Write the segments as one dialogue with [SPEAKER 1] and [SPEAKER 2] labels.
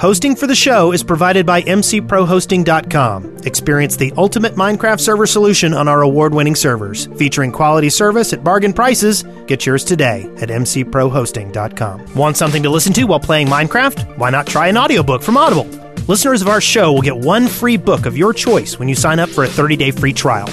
[SPEAKER 1] Hosting for the show is provided by mcprohosting.com. Experience the ultimate Minecraft server solution on our award-winning servers, featuring quality service at bargain prices. Get yours today at mcprohosting.com. Want something to listen to while playing Minecraft? Why not try an audiobook from Audible? Listeners of our show will get one free book of your choice when you sign up for a 30-day free trial.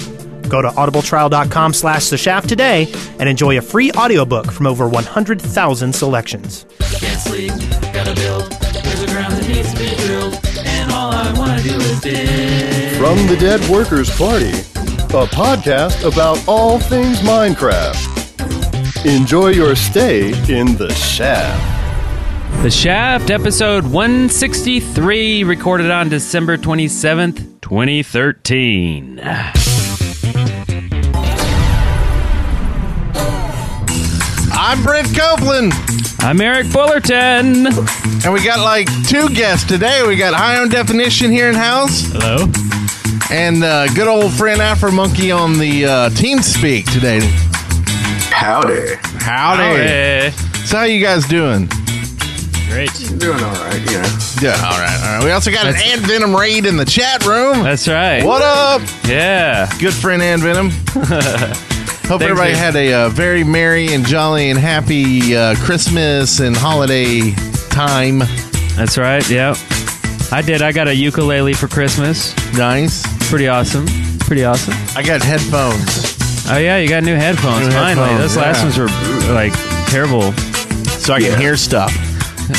[SPEAKER 1] Go to audibletrial.com slash the shaft today and enjoy a free audiobook from over 100,000 selections.
[SPEAKER 2] Can't sleep, gotta build. There's a ground that needs to be drilled, and all I wanna do is dig.
[SPEAKER 3] From the Dead Workers Party, a podcast about all things Minecraft. Enjoy your stay in the shaft.
[SPEAKER 4] The Shaft, episode 163, recorded on December 27th, 2013.
[SPEAKER 5] I'm Brent Copeland,
[SPEAKER 4] I'm Eric Fullerton.
[SPEAKER 5] and we got like two guests today. We got High on Definition here in house,
[SPEAKER 4] Hello.
[SPEAKER 5] and uh, good old friend Afro Monkey on the uh, Team Speak today.
[SPEAKER 6] Howdy.
[SPEAKER 5] Howdy. So how you guys doing?
[SPEAKER 4] Great.
[SPEAKER 6] Doing all right, you know.
[SPEAKER 5] Yeah, all right, all right. We also got an Ant Venom raid in the chat room.
[SPEAKER 4] That's right.
[SPEAKER 5] What up,
[SPEAKER 4] Yeah.
[SPEAKER 5] good friend Ant Venom? Hope everybody
[SPEAKER 4] man.
[SPEAKER 5] had a uh, very merry and jolly and happy uh, Christmas and holiday time.
[SPEAKER 4] That's right. Yep. I did. I got a ukulele for Christmas.
[SPEAKER 5] Nice.
[SPEAKER 4] Pretty awesome. Pretty awesome.
[SPEAKER 5] I got headphones,
[SPEAKER 4] Oh, yeah. You got new headphones.
[SPEAKER 5] New
[SPEAKER 4] finally.
[SPEAKER 5] headphones,
[SPEAKER 4] Those last
[SPEAKER 5] yeah.
[SPEAKER 4] ones were like terrible.
[SPEAKER 5] so I can hear stuff.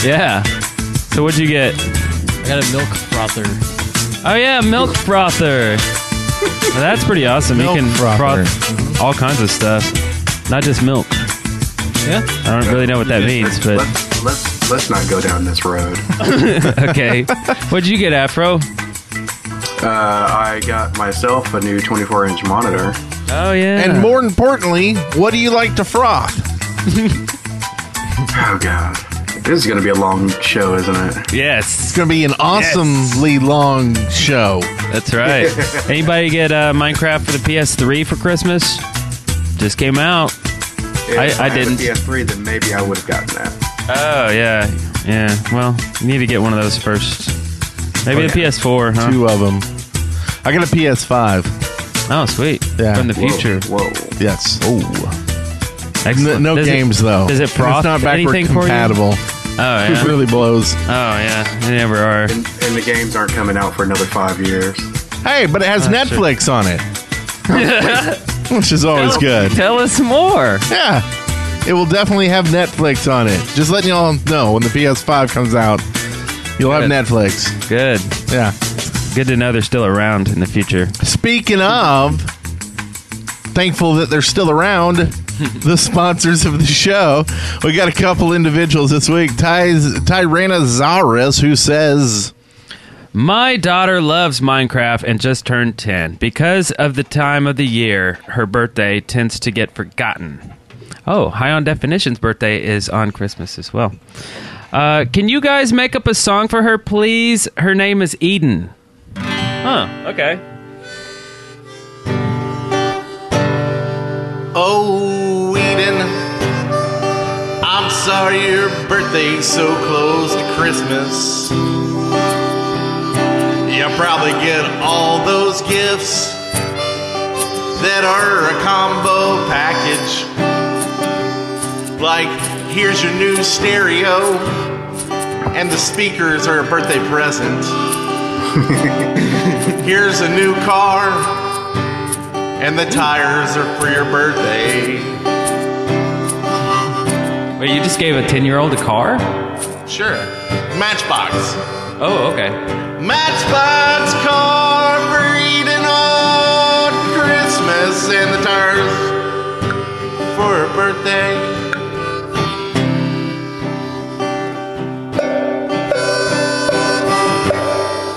[SPEAKER 4] Yeah. So what'd you get?
[SPEAKER 7] I got a milk frother.
[SPEAKER 4] Oh yeah, milk frother. Well, that's pretty awesome.
[SPEAKER 5] Milk
[SPEAKER 4] you can
[SPEAKER 5] frother.
[SPEAKER 4] froth all kinds of stuff, not just milk.
[SPEAKER 7] Yeah.
[SPEAKER 4] I don't really know what that means, but
[SPEAKER 6] Let's, let's, let's not go down this road. Uh,
[SPEAKER 4] okay. What'd you get, Afro?
[SPEAKER 6] Uh, I got myself a new 24 inch monitor.
[SPEAKER 4] Oh yeah,
[SPEAKER 5] And more importantly, what do you like to froth?
[SPEAKER 6] Oh, God. This is going to be a long show, isn't it?
[SPEAKER 4] Yes,
[SPEAKER 5] It's going to be an awesomely long show.
[SPEAKER 4] that's right. Anybody get uh, Minecraft for the PS3 for Christmas? Just came out.
[SPEAKER 6] If
[SPEAKER 4] I
[SPEAKER 6] had a
[SPEAKER 4] didn't.
[SPEAKER 6] PS3, then maybe I would have gotten that.
[SPEAKER 4] Oh yeah, yeah. Well, you need to get one of those first. Maybe the PS4, huh?
[SPEAKER 5] Two of them. I got a PS5.
[SPEAKER 4] Oh sweet.
[SPEAKER 5] Yeah.
[SPEAKER 4] From the
[SPEAKER 6] Whoa,
[SPEAKER 4] future.
[SPEAKER 6] Whoa.
[SPEAKER 5] Yes. Oh, no,
[SPEAKER 4] Excellent. Does it-
[SPEAKER 5] games though.
[SPEAKER 4] does it froth
[SPEAKER 5] It's not backward
[SPEAKER 4] anything for you?
[SPEAKER 5] compatible.
[SPEAKER 4] Oh yeah.
[SPEAKER 5] It really blows.
[SPEAKER 4] Oh yeah. They never are.
[SPEAKER 6] And, and the games aren't coming out for another five years.
[SPEAKER 5] Hey, but it
[SPEAKER 4] Oh,
[SPEAKER 5] has Netflix on it, which is always good.
[SPEAKER 4] Tell us more.
[SPEAKER 5] Yeah, it will definitely have Netflix on it. Just letting y'all know when the PS5 comes out, you'll have
[SPEAKER 4] Good.
[SPEAKER 5] Netflix.
[SPEAKER 4] Good.
[SPEAKER 5] Yeah.
[SPEAKER 4] Good to know they're still around in the future.
[SPEAKER 5] Speaking of, thankful that they're still around, the sponsors of the show. We got a couple individuals this week. Ty Tyrannosaurus, who says,
[SPEAKER 4] My daughter loves Minecraft and just turned 10. Because of the time of the year, her birthday tends to get forgotten. Oh, High on Definition's birthday is on Christmas as well. Uh, can you guys make up a song for her, please? Her name is Eden. Huh, okay.
[SPEAKER 5] "Oh, Eden, I'm sorry your birthday's so close to Christmas. You probably get all those gifts that are a combo package." Like, here's your new stereo, and the speakers are a birthday present. here's a new car, and the tires are for your birthday.
[SPEAKER 4] Wait, you just gave a 10 year old a car?
[SPEAKER 5] Sure. Matchbox.
[SPEAKER 4] Oh, okay.
[SPEAKER 5] Matchbox car for eating on Christmas, and the tires for her birthday.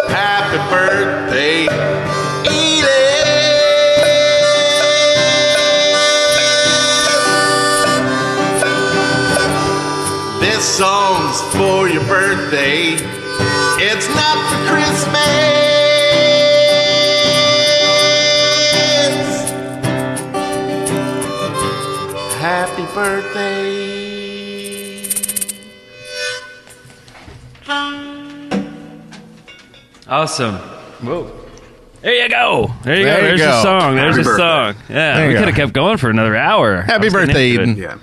[SPEAKER 5] Happy birthday, Edith. This song's for your birthday. It's not for Christmas. Happy birthday.
[SPEAKER 4] Awesome. Whoa. There you go. There you
[SPEAKER 5] There
[SPEAKER 4] go.
[SPEAKER 5] you
[SPEAKER 4] There's
[SPEAKER 5] go.
[SPEAKER 4] your song. There's
[SPEAKER 6] Happy
[SPEAKER 4] your
[SPEAKER 6] birthday.
[SPEAKER 4] song. Yeah,
[SPEAKER 5] There
[SPEAKER 4] we
[SPEAKER 5] you
[SPEAKER 4] could have
[SPEAKER 5] go.
[SPEAKER 4] kept going for another hour. I
[SPEAKER 5] Happy
[SPEAKER 4] was getting
[SPEAKER 5] birthday,
[SPEAKER 4] into it.
[SPEAKER 5] Eden.
[SPEAKER 6] Yeah.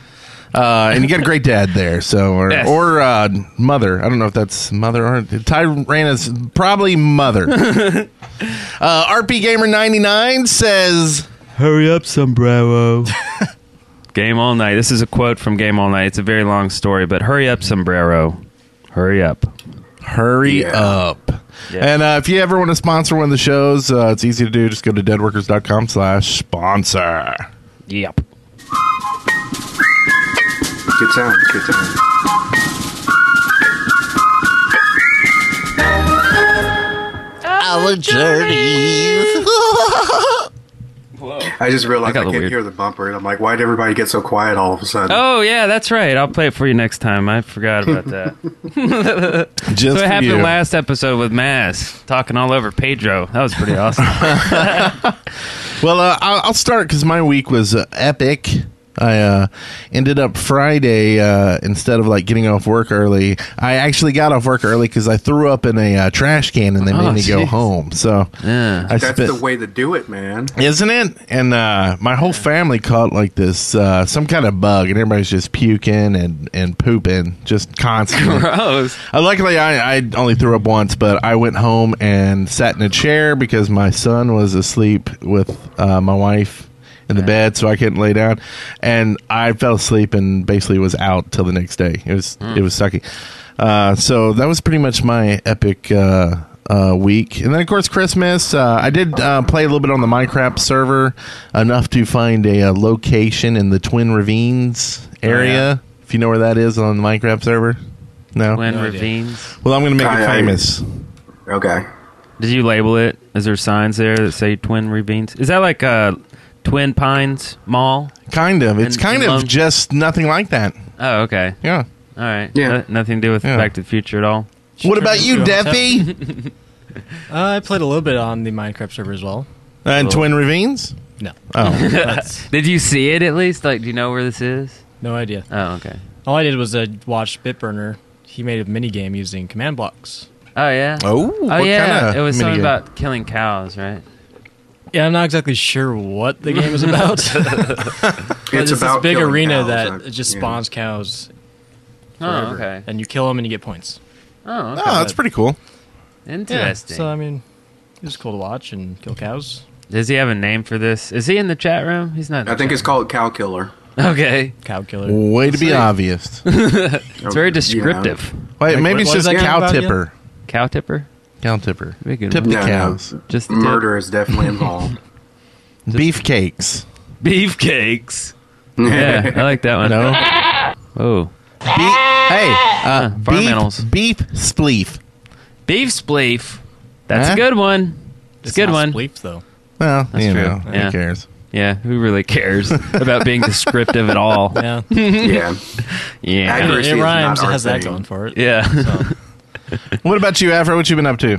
[SPEAKER 5] Uh, and you got a great dad there, so or,
[SPEAKER 4] Yes.
[SPEAKER 5] or uh, mother. I don't know if that's mother or Tyrannus. Probably mother. uh, RP Gamer ninety nine says,
[SPEAKER 4] Hurry up, sombrero. Game all night. This is a quote from Game All Night. It's a very long story, but hurry up, sombrero. Hurry up.
[SPEAKER 5] "Hurry
[SPEAKER 6] Yeah.
[SPEAKER 5] up!"
[SPEAKER 4] Yeah.
[SPEAKER 5] And uh, if you ever want to sponsor one of the shows, uh, it's easy to do. Just go to deadworkers.com slash sponsor.
[SPEAKER 4] Yep.
[SPEAKER 6] Good sound. Good sound. I just realized
[SPEAKER 4] got
[SPEAKER 6] I,
[SPEAKER 4] a little
[SPEAKER 6] can't
[SPEAKER 4] weird.
[SPEAKER 6] hear the bumper. and I'm like, why did everybody get so quiet all of a sudden?
[SPEAKER 4] Oh yeah, that's right. I'll play it for you next time. I forgot about that.
[SPEAKER 5] Just
[SPEAKER 4] so it
[SPEAKER 5] for
[SPEAKER 4] happened
[SPEAKER 5] you.
[SPEAKER 4] last episode with Mass talking all over Pedro. That was pretty awesome.
[SPEAKER 5] Well, uh, I'll, I'll start because my week was uh, epic. I uh, ended up Friday uh, instead of like getting off work early. I actually got off work early because I threw up in a uh, trash can and they made
[SPEAKER 4] Oh,
[SPEAKER 5] me go
[SPEAKER 4] jeez.
[SPEAKER 5] home. So
[SPEAKER 4] Yeah.
[SPEAKER 5] I
[SPEAKER 6] That's
[SPEAKER 5] spent-
[SPEAKER 6] the way to do it, man.
[SPEAKER 5] isn't it? And uh, my whole family caught like this uh, some kind of bug, and everybody's just puking and and pooping just constantly.
[SPEAKER 4] Gross.
[SPEAKER 5] Uh, luckily, I, I only threw up once, but I went home and sat in a chair because my son was asleep with uh, my wife in the bed, so I couldn't lay down. And I fell asleep and basically was out till the next day. It was it was sucky. Uh, so that was pretty much my epic. Uh, uh, week and then of course Christmas. Uh, I did uh, play a little bit on the Minecraft server enough to find a, uh location in the Twin Ravines area. If you know where that is on the Minecraft server, no.
[SPEAKER 4] When
[SPEAKER 8] idea.
[SPEAKER 4] ravines.
[SPEAKER 5] Well, I'm going to make it
[SPEAKER 6] Aye, aye.
[SPEAKER 5] famous.
[SPEAKER 6] Okay.
[SPEAKER 4] Did you label it? Is there signs there that say Twin Ravines? Is that like uh, Twin Pines Mall?
[SPEAKER 5] Kind of. It's
[SPEAKER 4] And-
[SPEAKER 5] kind
[SPEAKER 4] and
[SPEAKER 5] of
[SPEAKER 4] lung-
[SPEAKER 5] just nothing like that.
[SPEAKER 4] Oh, okay.
[SPEAKER 5] Yeah.
[SPEAKER 4] All right.
[SPEAKER 6] Yeah.
[SPEAKER 4] No- nothing to do with
[SPEAKER 5] Yeah.
[SPEAKER 4] Back to the Future at all.
[SPEAKER 5] What about you, Deffy?
[SPEAKER 8] Uh, I played a little bit on the Minecraft server as well.
[SPEAKER 5] and Twin Ravines?
[SPEAKER 8] No,
[SPEAKER 5] Oh.
[SPEAKER 8] that's
[SPEAKER 4] Did you see it at least? Like, do you know where this is?
[SPEAKER 8] no idea.
[SPEAKER 4] Oh, okay.
[SPEAKER 8] All I did was uh, watch Bitburner. He made a mini game using command blocks.
[SPEAKER 4] Oh yeah.
[SPEAKER 5] Oh,
[SPEAKER 4] Oh
[SPEAKER 5] what
[SPEAKER 4] yeah.
[SPEAKER 5] kinda
[SPEAKER 4] it was something
[SPEAKER 5] minigame?
[SPEAKER 4] about killing cows, right?
[SPEAKER 8] Yeah, I'm not exactly sure what the game is about. but it's
[SPEAKER 6] about
[SPEAKER 8] this big
[SPEAKER 6] killing
[SPEAKER 8] arena
[SPEAKER 6] cows,
[SPEAKER 8] that
[SPEAKER 6] uh,
[SPEAKER 8] it just
[SPEAKER 6] yeah.
[SPEAKER 8] spawns cows
[SPEAKER 4] Oh,
[SPEAKER 8] forever,
[SPEAKER 4] okay.
[SPEAKER 8] and you kill them and you get points.
[SPEAKER 4] Oh, okay.
[SPEAKER 5] Oh, that's pretty cool.
[SPEAKER 4] Interesting.
[SPEAKER 8] So um, I mean, it was cool to watch and kill cows.
[SPEAKER 4] Does he have a name for this? Is he in the chat room? He's not. in
[SPEAKER 6] I
[SPEAKER 4] the
[SPEAKER 6] think
[SPEAKER 4] chat
[SPEAKER 6] it's called Cow Killer.
[SPEAKER 4] room. Okay.
[SPEAKER 8] Cow killer.
[SPEAKER 5] Way to be obvious. Wait,
[SPEAKER 4] It's very descriptive.
[SPEAKER 5] maybe
[SPEAKER 8] what-
[SPEAKER 5] it's
[SPEAKER 8] what is
[SPEAKER 5] just
[SPEAKER 8] that game
[SPEAKER 5] cow
[SPEAKER 8] about again?
[SPEAKER 5] tipper.
[SPEAKER 4] Cow tipper.
[SPEAKER 5] Cow tipper.
[SPEAKER 4] Very good
[SPEAKER 5] Tip
[SPEAKER 4] one.
[SPEAKER 5] the
[SPEAKER 6] Yeah, no,
[SPEAKER 5] cows.
[SPEAKER 4] Just tip.
[SPEAKER 6] Murder is definitely involved.
[SPEAKER 5] Beef cakes.
[SPEAKER 4] Beefcakes. Yeah, I like that one.
[SPEAKER 5] No.
[SPEAKER 4] Oh.
[SPEAKER 5] Be- hey, uh,
[SPEAKER 4] farm
[SPEAKER 5] beef,
[SPEAKER 4] animals.
[SPEAKER 5] beef spleef.
[SPEAKER 4] Beef spleef. That's
[SPEAKER 5] Huh?
[SPEAKER 4] a good one. It's a good
[SPEAKER 8] not
[SPEAKER 4] one.
[SPEAKER 8] Spleef, though.
[SPEAKER 5] Well, you
[SPEAKER 4] true.
[SPEAKER 5] know,
[SPEAKER 4] Yeah.
[SPEAKER 5] who cares?
[SPEAKER 4] Yeah, who really cares about being descriptive at all?
[SPEAKER 8] Yeah,
[SPEAKER 6] yeah.
[SPEAKER 4] Yeah.
[SPEAKER 6] Accuracy is
[SPEAKER 8] it
[SPEAKER 6] not
[SPEAKER 8] rhymes. It
[SPEAKER 6] our
[SPEAKER 8] has that
[SPEAKER 6] thing.
[SPEAKER 8] going for it.
[SPEAKER 4] Yeah.
[SPEAKER 5] What about you, Afro? What you been up to?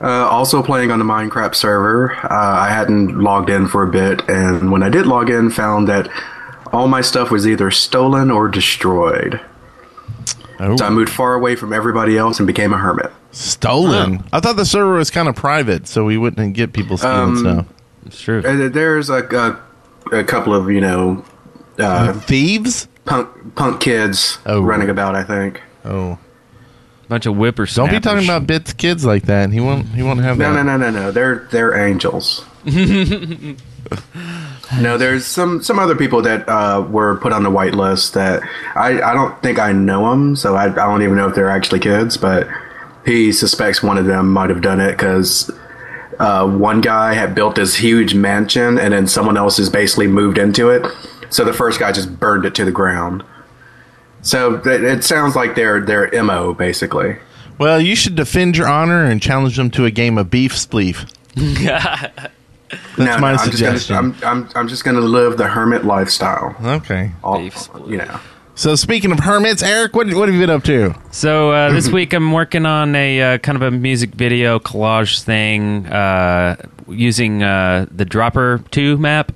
[SPEAKER 6] Uh, also playing on the Minecraft server. Uh, I hadn't logged in for a bit, and when I did log in, found that all my stuff was either stolen or destroyed.
[SPEAKER 5] Oh,
[SPEAKER 6] So I moved far away from everybody else and became a hermit.
[SPEAKER 5] stolen. I thought the server was kind of private, so we wouldn't get people stealing
[SPEAKER 6] Um,
[SPEAKER 5] stuff.
[SPEAKER 4] It's true.
[SPEAKER 6] Uh, there's a, a, a couple of you know uh,
[SPEAKER 5] Thieves?
[SPEAKER 4] Mm-hmm.
[SPEAKER 6] punk punk kids
[SPEAKER 5] Oh.
[SPEAKER 6] running about. I think.
[SPEAKER 5] Oh.
[SPEAKER 4] bunch of whippersnappers.
[SPEAKER 5] Don't be talking about bits kids like that. He won't. He won't have
[SPEAKER 6] No,
[SPEAKER 5] that.
[SPEAKER 6] no, no, no, no. They're they're angels. no, there's some some other people that uh, were put on the white list that I, I don't think I know them, so I, I don't even know if they're actually kids. But he suspects one of them might have done it because uh, one guy had built this huge mansion, and then someone else has basically moved into it. So the first guy just burned it to the ground. So it, it sounds like they're they're mo basically.
[SPEAKER 5] Well, you should defend your honor and challenge them to a game of beef spleef. That's my
[SPEAKER 6] I'm
[SPEAKER 5] suggestion.
[SPEAKER 6] Just gonna, I'm, I'm, I'm just going to live the hermit lifestyle.
[SPEAKER 5] Okay.
[SPEAKER 6] All,
[SPEAKER 4] Beef split.
[SPEAKER 6] you know.
[SPEAKER 5] So speaking of hermits, Eric, what what have you been up to?
[SPEAKER 4] So uh, this week I'm working on a uh, kind of a music video collage thing uh, using uh, the Dropper Two map.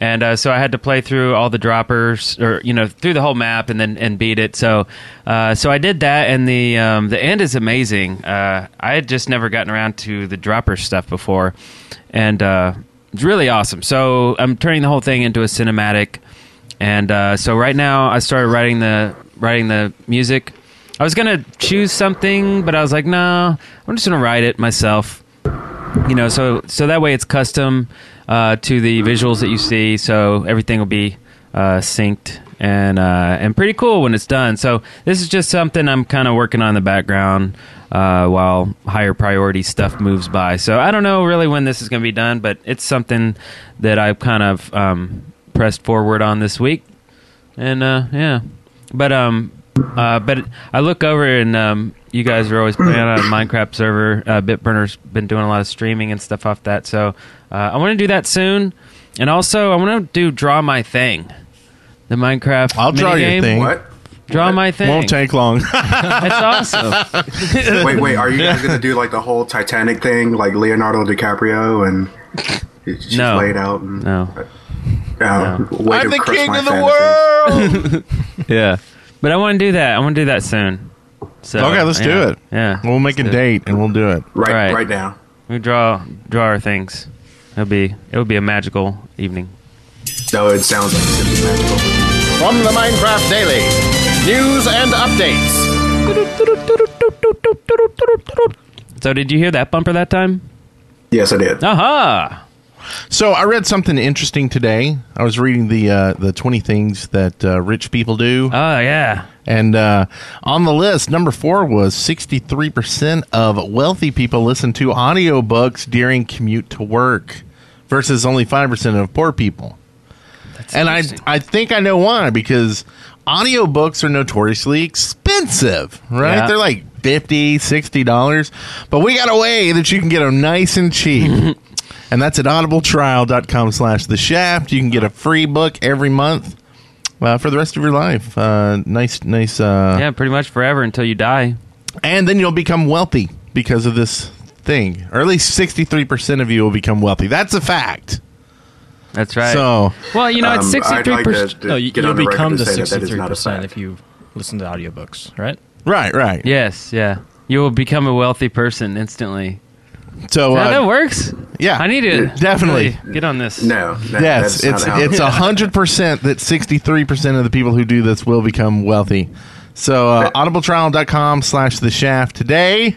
[SPEAKER 4] and uh, so I had to play through all the droppers, or you know, through the whole map, and then and beat it. So, uh, so I did that, and the um, the end is amazing. Uh, I had just never gotten around to the dropper stuff before, and uh, it's really awesome. So I'm turning the whole thing into a cinematic, and uh, so right now I started writing the writing the music. I was gonna choose something, but I was like, no, I'm just gonna write it myself you know so so that way it's custom uh, to the visuals that you see so everything will be uh, synced and uh, and pretty cool when it's done so this is just something i'm kind of working on in the background uh, while higher priority stuff moves by so i don't know really when this is going to be done but it's something that i've kind of um, pressed forward on this week and uh, yeah but um uh, but I look over and um, you guys are always playing on a Minecraft server. Uh, Bitburner's been doing a lot of streaming and stuff off that, so uh, I want to do that soon. And also, I want to do draw my thing, the Minecraft.
[SPEAKER 5] I'll draw your
[SPEAKER 4] minigame.
[SPEAKER 5] thing.
[SPEAKER 6] What?
[SPEAKER 4] Draw my thing.
[SPEAKER 5] Won't take long.
[SPEAKER 4] It's awesome.
[SPEAKER 6] Wait, wait. Are you guys gonna do like the whole Titanic thing, like Leonardo DiCaprio and it's just
[SPEAKER 4] No.
[SPEAKER 6] laid out? And,
[SPEAKER 4] no,
[SPEAKER 6] uh, way to
[SPEAKER 5] I'm the
[SPEAKER 6] crush
[SPEAKER 5] king
[SPEAKER 6] my
[SPEAKER 5] of the
[SPEAKER 6] fantasy.
[SPEAKER 5] world.
[SPEAKER 4] yeah, but I want to do that. I want to do that soon. So
[SPEAKER 5] Okay, let's do
[SPEAKER 4] yeah.
[SPEAKER 5] it.
[SPEAKER 4] Yeah,
[SPEAKER 5] We'll make a
[SPEAKER 4] Let's do it.
[SPEAKER 5] date and we'll do it.
[SPEAKER 6] Right,
[SPEAKER 4] Right.
[SPEAKER 6] right, now.
[SPEAKER 4] We draw draw our things. It'll be it'll be a magical evening.
[SPEAKER 6] No, it sounds like it's gonna be magical.
[SPEAKER 3] From the Minecraft Daily, news and updates.
[SPEAKER 4] So did you hear that bumper that time?
[SPEAKER 6] Yes, I did.
[SPEAKER 4] Aha!
[SPEAKER 5] So I read something interesting today. I was reading the uh, the twenty things that uh, rich people do,
[SPEAKER 4] Oh yeah.
[SPEAKER 5] and uh, on the list, number four was sixty three percent of wealthy people listen to audiobooks during commute to work, versus only five percent of poor people. and I
[SPEAKER 4] interesting.
[SPEAKER 5] I think I know why because audiobooks are notoriously expensive, right?
[SPEAKER 4] Yeah.
[SPEAKER 5] They're like 50 dollars, but we got a way that you can get them nice and cheap. and that's at audibletrial.com slash the shaft. You can get a free book every month uh, for the rest of your life. Uh, nice, nice. Uh,
[SPEAKER 4] Yeah, pretty much forever until you die.
[SPEAKER 5] And then you'll become wealthy because of this thing, or at least 63% of you will become wealthy. That's a fact.
[SPEAKER 4] That's right.
[SPEAKER 5] So,
[SPEAKER 4] well, you know, it's
[SPEAKER 6] Um, I'd
[SPEAKER 4] sixty-three
[SPEAKER 6] like to-
[SPEAKER 4] percent.
[SPEAKER 6] to
[SPEAKER 8] No, you,
[SPEAKER 6] get
[SPEAKER 8] you'll
[SPEAKER 6] on the record
[SPEAKER 8] become
[SPEAKER 6] to
[SPEAKER 8] the
[SPEAKER 6] say that that is
[SPEAKER 8] sixty-three
[SPEAKER 6] not a
[SPEAKER 8] percent
[SPEAKER 6] fact.
[SPEAKER 8] if you listen to audiobooks, right?
[SPEAKER 5] right, right.
[SPEAKER 4] Yes, yeah. You will become a wealthy person instantly.
[SPEAKER 5] So,
[SPEAKER 4] Yeah, that
[SPEAKER 5] uh,
[SPEAKER 4] works.
[SPEAKER 5] yeah.
[SPEAKER 4] I need to
[SPEAKER 5] Definitely.
[SPEAKER 4] really get on this.
[SPEAKER 6] No, that,
[SPEAKER 5] Yes,
[SPEAKER 6] that's not
[SPEAKER 5] it's it's
[SPEAKER 6] how-
[SPEAKER 5] a hundred percent that sixty three percent of the people who do this will become wealthy. So uh, audibletrial.com slash the shaft today.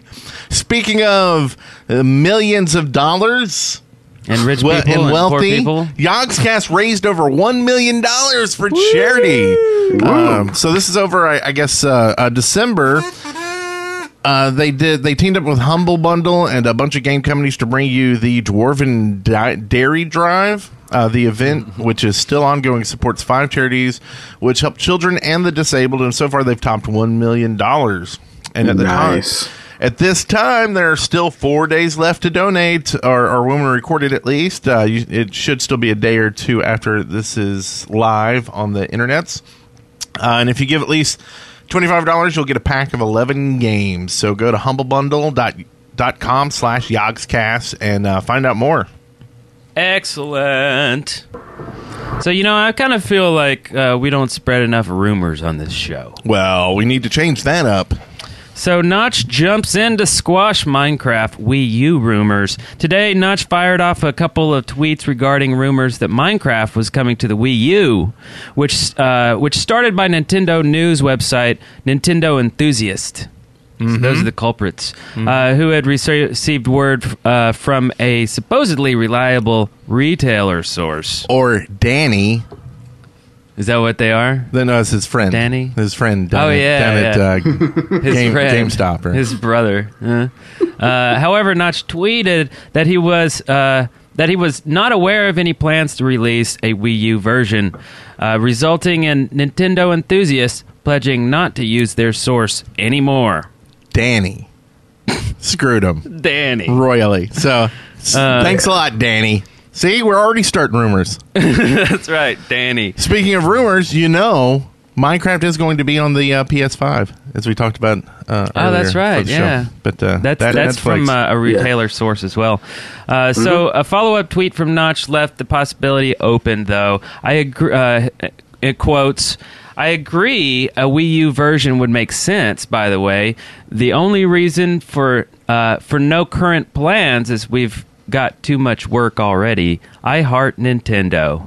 [SPEAKER 5] Speaking of uh, millions of dollars
[SPEAKER 4] And rich
[SPEAKER 5] we-
[SPEAKER 4] people
[SPEAKER 5] and wealthy,
[SPEAKER 4] poor people.
[SPEAKER 5] Yogscast raised over one million dollars for charity. Um, so this is over, I, I guess, uh, uh, December. Uh, they did. They teamed up with Humble Bundle and a bunch of game companies to bring you the Dwarven Di- Dairy Drive. Uh, the event, which is still ongoing, supports five charities which help children and the disabled, and so far they've topped one million dollars. And at the
[SPEAKER 6] Nice.
[SPEAKER 5] time, at this time, there are still four days left to donate, or, or when we record it at least. Uh, you, it should still be a day or two after this is live on the internets. Uh, and if you give at least $25, you'll get a pack of 11 games. So go to humblebundle.com slash yogscast and uh, find out more.
[SPEAKER 4] Excellent. So you know, I kind of feel like uh, we don't spread enough rumors on this show.
[SPEAKER 5] Well, we need to change that up.
[SPEAKER 4] So Notch jumps in to squash Minecraft Wii U rumors. Today, Notch fired off a couple of tweets regarding rumors that Minecraft was coming to the Wii U, which uh, which started by Nintendo news website Nintendo Enthusiast. So those are the culprits uh, who had rece- received word uh, from a supposedly reliable retailer source.
[SPEAKER 5] Or Danny,
[SPEAKER 4] Is that what they are?
[SPEAKER 5] then no, it's his friend.
[SPEAKER 4] Danny?
[SPEAKER 5] His friend.
[SPEAKER 4] Oh,
[SPEAKER 5] Down at-
[SPEAKER 4] yeah,
[SPEAKER 5] down at, uh,
[SPEAKER 4] His
[SPEAKER 5] Game-
[SPEAKER 4] friend,
[SPEAKER 5] GameStop, or-
[SPEAKER 4] his brother. Uh, uh, however, Notch tweeted that he was uh, that he was not aware of any plans to release a Wii U version, uh, resulting in Nintendo enthusiasts pledging not to use their source anymore.
[SPEAKER 5] Danny. Screwed him
[SPEAKER 4] Danny,
[SPEAKER 5] royally. Uh, So s- thanks a lot, Danny. See, we're already starting rumors.
[SPEAKER 4] that's right, Danny.
[SPEAKER 5] Speaking of rumors, you know Minecraft is going to be on the uh, PS5, as we talked about. Uh,
[SPEAKER 4] Oh, that's
[SPEAKER 5] earlier for
[SPEAKER 4] right,
[SPEAKER 5] the show.
[SPEAKER 4] yeah.
[SPEAKER 5] But uh,
[SPEAKER 4] That's
[SPEAKER 5] that-
[SPEAKER 4] that's
[SPEAKER 5] Netflix-
[SPEAKER 4] from uh, a retailer source as well. Uh, So a follow up tweet from Notch left the possibility open, though. I agree. Uh, it quotes. I agree. A Wii U version would make sense. By the way, the only reason for uh, for no current plans is we've got too much work already. I heart Nintendo.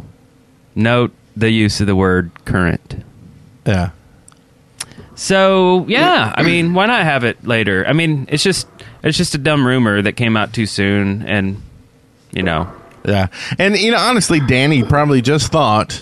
[SPEAKER 4] Note the use of the word current.
[SPEAKER 5] yeah.
[SPEAKER 4] So yeah, I mean, why not have it later? I mean, it's just it's just a dumb rumor that came out too soon, and you know,
[SPEAKER 5] Yeah. And, you know, honestly, Danny probably just thought,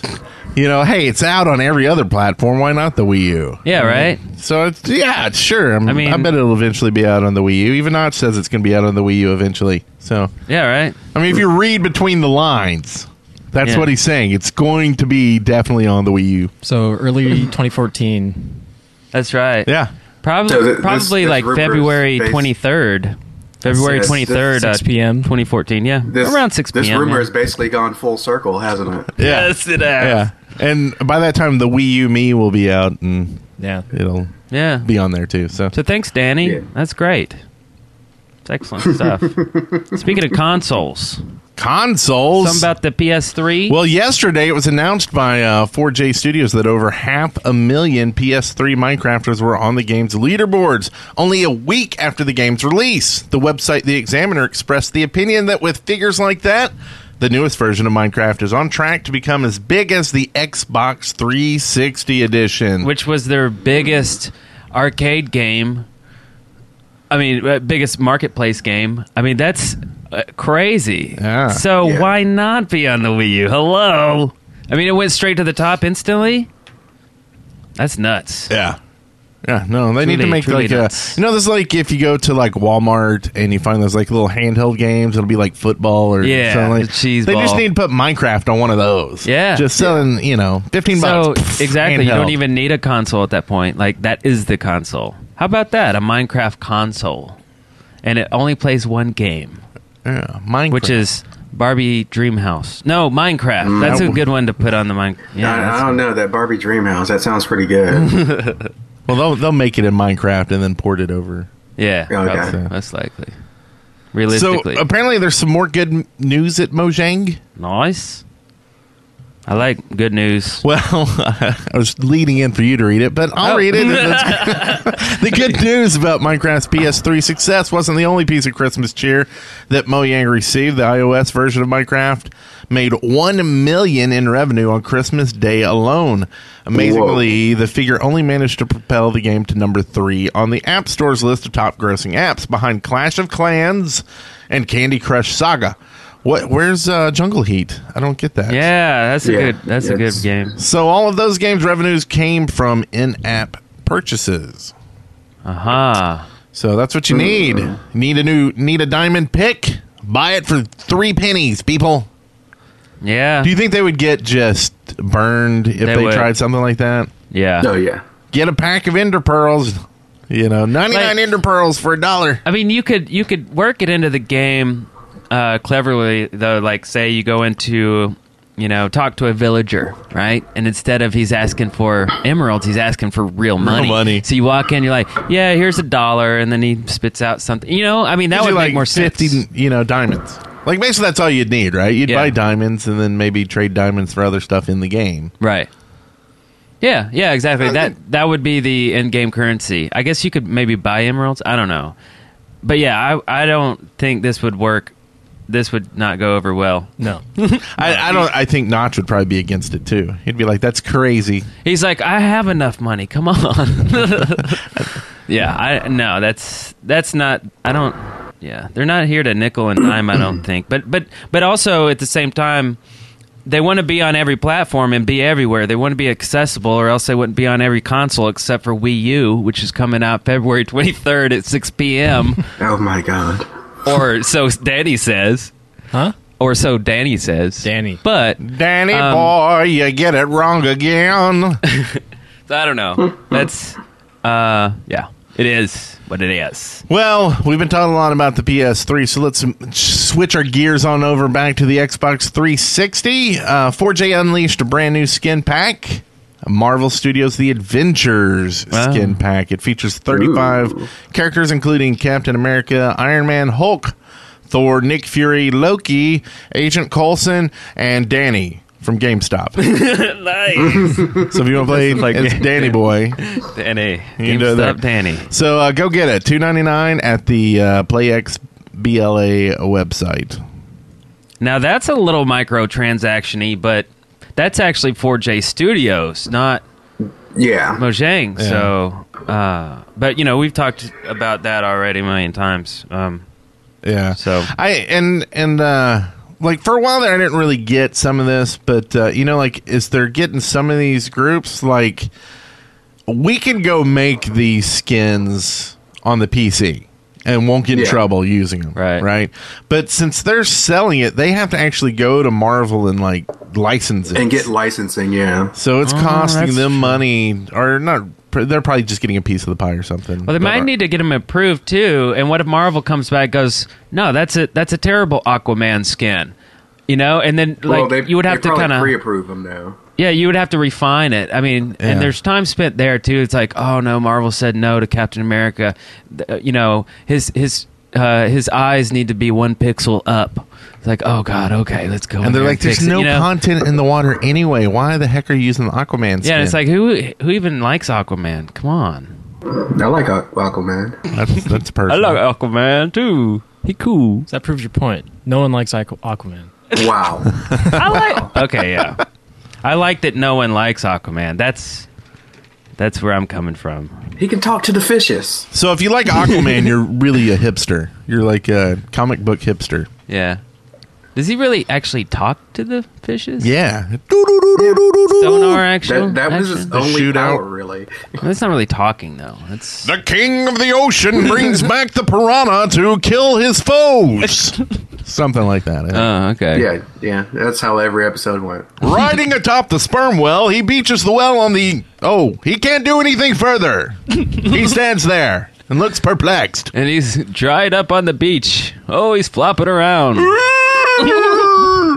[SPEAKER 5] you know, hey, it's out on every other platform. Why not the Wii U?
[SPEAKER 4] yeah, right.
[SPEAKER 5] So, it's, yeah, sure. I'm,
[SPEAKER 4] I
[SPEAKER 5] I
[SPEAKER 4] mean-
[SPEAKER 5] mean, I bet it'll eventually be out on the Wii U. Even Notch says it's going to be out on the Wii U eventually. So,
[SPEAKER 4] Yeah, right.
[SPEAKER 5] I mean, if you read between the lines, that's
[SPEAKER 4] Yeah.
[SPEAKER 5] what he's saying. It's going to be definitely on the Wii U.
[SPEAKER 8] So early 2014.
[SPEAKER 4] That's right.
[SPEAKER 5] Yeah.
[SPEAKER 4] Probably
[SPEAKER 6] So th- this-
[SPEAKER 4] probably
[SPEAKER 6] this
[SPEAKER 4] like
[SPEAKER 6] rumor is
[SPEAKER 4] February
[SPEAKER 6] based-
[SPEAKER 4] twenty third, February
[SPEAKER 6] Yes,
[SPEAKER 4] twenty
[SPEAKER 6] this-
[SPEAKER 4] third,
[SPEAKER 8] 6 p.m.
[SPEAKER 4] twenty fourteen. Yeah,
[SPEAKER 6] This,
[SPEAKER 4] around six p.m.
[SPEAKER 6] This rumor
[SPEAKER 4] yeah.
[SPEAKER 6] has basically gone full circle, hasn't it?
[SPEAKER 5] Yeah.
[SPEAKER 4] Yes, it
[SPEAKER 5] Yeah.
[SPEAKER 4] has.
[SPEAKER 5] And by that time, the Wii U Me will be out and
[SPEAKER 8] Yeah.
[SPEAKER 5] it'll
[SPEAKER 4] Yeah.
[SPEAKER 5] be on there too. So,
[SPEAKER 4] So thanks, Danny.
[SPEAKER 6] Yeah.
[SPEAKER 4] That's great. It's excellent stuff. Speaking of consoles,
[SPEAKER 5] consoles.
[SPEAKER 4] something about the PS3.
[SPEAKER 5] Well, yesterday it was announced by uh, 4J Studios that over half a million PS3 Minecrafters were on the game's leaderboards only a week after the game's release. The website The Examiner expressed the opinion that with figures like that, the newest version of Minecraft is on track to become as big as the Xbox 360 edition.
[SPEAKER 4] which was their biggest arcade game. I mean, uh, biggest marketplace game. I mean, that's uh, crazy.
[SPEAKER 5] Yeah.
[SPEAKER 4] so why not be on the Wii U? Hello. I mean, it went straight to the top instantly. That's nuts.
[SPEAKER 5] Yeah. Yeah, no, they need to
[SPEAKER 4] Truly-
[SPEAKER 5] make
[SPEAKER 4] truly
[SPEAKER 5] like
[SPEAKER 4] nuts.
[SPEAKER 5] a. You know, this is like if you go to like Walmart and you find those like little handheld games, it'll be like football or
[SPEAKER 4] Yeah,
[SPEAKER 5] something. Like,
[SPEAKER 4] the cheese
[SPEAKER 5] they just
[SPEAKER 4] ball.
[SPEAKER 5] need to put Minecraft on one of those.
[SPEAKER 4] Yeah.
[SPEAKER 5] just selling you know fifteen
[SPEAKER 4] So
[SPEAKER 5] bucks. Pff,
[SPEAKER 4] exactly, you don't
[SPEAKER 5] handheld.
[SPEAKER 4] even need a console at that point. Like that is the console. How about that? A Minecraft console, and it only plays one game.
[SPEAKER 5] yeah, Minecraft.
[SPEAKER 4] which is Barbie Dreamhouse. No, Minecraft. That's a good one to put on the Minecraft.
[SPEAKER 6] I, I
[SPEAKER 4] Yeah,
[SPEAKER 6] don't know that Barbie Dreamhouse. That sounds pretty good.
[SPEAKER 5] well, they'll they'll make it in Minecraft and then port it over.
[SPEAKER 4] that's- yeah,
[SPEAKER 6] Okay.
[SPEAKER 4] probably, most likely.
[SPEAKER 5] So
[SPEAKER 4] Realistically,
[SPEAKER 5] apparently, there's some more good m- news at Mojang.
[SPEAKER 4] nice. I like good news.
[SPEAKER 5] Well, I was leading in for you to read it, but I'll
[SPEAKER 4] Oh.
[SPEAKER 5] read it. the good news about Minecraft's PS3 success wasn't the only piece of Christmas cheer that Mojang received. The iOS version of Minecraft made 1 million in revenue on Christmas Day alone. Amazingly, the figure only managed to propel the game to number 3 on the App Store's list of top grossing apps behind Clash of Clans and Candy Crush Saga. What where's uh, Jungle Heat? I don't get that.
[SPEAKER 4] Yeah, that's a
[SPEAKER 6] Yeah,
[SPEAKER 4] good. That's a good
[SPEAKER 6] it's-
[SPEAKER 4] game.
[SPEAKER 5] So all of those games' revenues came from in-app purchases.
[SPEAKER 4] Aha.
[SPEAKER 5] So that's what you need. Need a new need a diamond pick? Buy it for 3 pennies, people.
[SPEAKER 4] Yeah.
[SPEAKER 5] Do you think they would get just burned if
[SPEAKER 4] They
[SPEAKER 5] they,
[SPEAKER 4] would.
[SPEAKER 5] tried something like that?
[SPEAKER 4] Yeah.
[SPEAKER 6] oh yeah.
[SPEAKER 5] Get a pack of ender pearls. You know, 99
[SPEAKER 4] Like-
[SPEAKER 5] ender pearls for a dollar.
[SPEAKER 4] I mean, you could you could work it into the game uh, cleverly, though. Like, say you go into you know talk to a villager, right? And instead of he's asking for emeralds, he's asking for real money.
[SPEAKER 5] money.
[SPEAKER 4] So you walk in, you're like, yeah, here's a dollar, and then he spits out something. You know, I mean, that
[SPEAKER 5] Gives
[SPEAKER 4] would
[SPEAKER 5] you,
[SPEAKER 4] make more sense.
[SPEAKER 5] 50, you know, diamonds. Like basically that's all you'd need, right? You'd
[SPEAKER 4] Yeah.
[SPEAKER 5] buy diamonds and then maybe trade diamonds for other stuff in the game.
[SPEAKER 4] Right. Yeah, yeah, exactly. That that would be the in-game currency. I guess you could maybe buy emeralds. I don't know, but yeah, I I don't think this would work. This would not go over well.
[SPEAKER 8] No.
[SPEAKER 5] I, I don't I think Notch would probably be against it too. He'd be like, That's crazy.
[SPEAKER 4] He's like, I have enough money. Come on. yeah, I no, that's that's not. I don't. Yeah, they're not here to nickel and dime. I don't think. But but but also at the same time, they want to be on every platform and be everywhere. They want to be accessible, or else they wouldn't be on every console except for Wii U, which is coming out February twenty third at six p.m.
[SPEAKER 6] Oh my god.
[SPEAKER 4] or so Danny says,
[SPEAKER 8] Huh?
[SPEAKER 4] or so Danny says.
[SPEAKER 8] Danny.
[SPEAKER 4] But
[SPEAKER 5] Danny
[SPEAKER 4] Um,
[SPEAKER 5] boy, you get it wrong again.
[SPEAKER 4] I don't know.
[SPEAKER 6] Hmm.
[SPEAKER 4] That's uh yeah. It is what it is.
[SPEAKER 5] well, we've been talking a lot about the PS3, so let's um, switch our gears on over back to the Xbox 360. Uh, 4J unleashed a brand new skin pack. Marvel Studios The Adventures
[SPEAKER 4] Wow.
[SPEAKER 5] skin pack. It features 35 characters, including Captain America, Iron Man, Hulk, Thor, Nick Fury, Loki, Agent Coulson, and Danny from GameStop. so if you want to play
[SPEAKER 4] Like-
[SPEAKER 5] as Danny Boy,
[SPEAKER 4] Danny.
[SPEAKER 5] you can do
[SPEAKER 4] GameStop
[SPEAKER 5] that.
[SPEAKER 4] Danny.
[SPEAKER 5] So uh, go get it. Two ninety nine at the uh, PlayX BLA website.
[SPEAKER 4] Now that's a little microtransaction-y, but that's actually 4J Studios, not
[SPEAKER 6] Yeah.
[SPEAKER 4] Mojang. So, uh, but you know, we've talked about that already a million times. Um,
[SPEAKER 5] Yeah.
[SPEAKER 4] So-
[SPEAKER 5] I and and uh like for a while there I didn't really get some of this, but uh you know like is they're getting some of these groups like we can go make these skins on the PC and won't get in
[SPEAKER 6] Yeah.
[SPEAKER 5] trouble using them.
[SPEAKER 4] Right.
[SPEAKER 5] Right. But since they're selling it, they have to actually go to Marvel and like license it.
[SPEAKER 6] And get licensing, yeah.
[SPEAKER 5] so it's
[SPEAKER 4] Oh, that's
[SPEAKER 5] costing them money or not they're probably just getting a piece of the pie or something.
[SPEAKER 4] well, they
[SPEAKER 5] But,
[SPEAKER 4] might
[SPEAKER 5] uh,
[SPEAKER 4] need to get them approved too. And what if Marvel comes back and goes, "No, that's a that's a terrible Aquaman skin," you know? And then like
[SPEAKER 6] well, they,
[SPEAKER 4] you would
[SPEAKER 6] they
[SPEAKER 4] have to
[SPEAKER 6] probably
[SPEAKER 4] kind of
[SPEAKER 6] pre-approve them though.
[SPEAKER 4] Yeah, you would have to refine it. I mean,
[SPEAKER 5] Yeah.
[SPEAKER 4] and there's time spent there too. It's like, oh no, Marvel said no to Captain America. Th- uh, You know, his his uh, his eyes need to be one pixel up. It's like, oh god, okay, let's go. in
[SPEAKER 5] And they're
[SPEAKER 4] there
[SPEAKER 5] like, there's
[SPEAKER 4] fix it,"
[SPEAKER 5] no
[SPEAKER 4] you know?
[SPEAKER 5] content in the water anyway. Why the heck are you using the Aquaman skin?
[SPEAKER 4] Yeah, and it's like who who even likes Aquaman? Come on,
[SPEAKER 6] I like Aqu- Aquaman.
[SPEAKER 5] that's, that's perfect.
[SPEAKER 4] Aquaman too. He cool.
[SPEAKER 8] So that proves your point. No one likes Aqu- Aquaman.
[SPEAKER 6] Wow.
[SPEAKER 4] I like. okay, yeah, I like that. No one likes Aquaman. That's that's where I'm coming from.
[SPEAKER 6] he can talk to the fishes.
[SPEAKER 5] So if you like Aquaman, you're really a hipster. You're like a comic book hipster.
[SPEAKER 4] Yeah. Does he really actually talk to the fishes?
[SPEAKER 5] Yeah.
[SPEAKER 4] Sonar action.
[SPEAKER 6] That, that was his
[SPEAKER 4] action?
[SPEAKER 6] only
[SPEAKER 5] shootout.
[SPEAKER 6] power, really.
[SPEAKER 4] That's not really talking though. That's
[SPEAKER 5] The king of the ocean brings back the piranha to kill his foes. Something like that. eh?
[SPEAKER 4] oh okay.
[SPEAKER 6] Yeah, yeah. That's how every episode went.
[SPEAKER 5] Riding atop the sperm well, he beaches the well on the. Oh, he can't do anything further. he stands there and looks perplexed.
[SPEAKER 4] And he's dried up on the beach. Oh, he's flopping around. and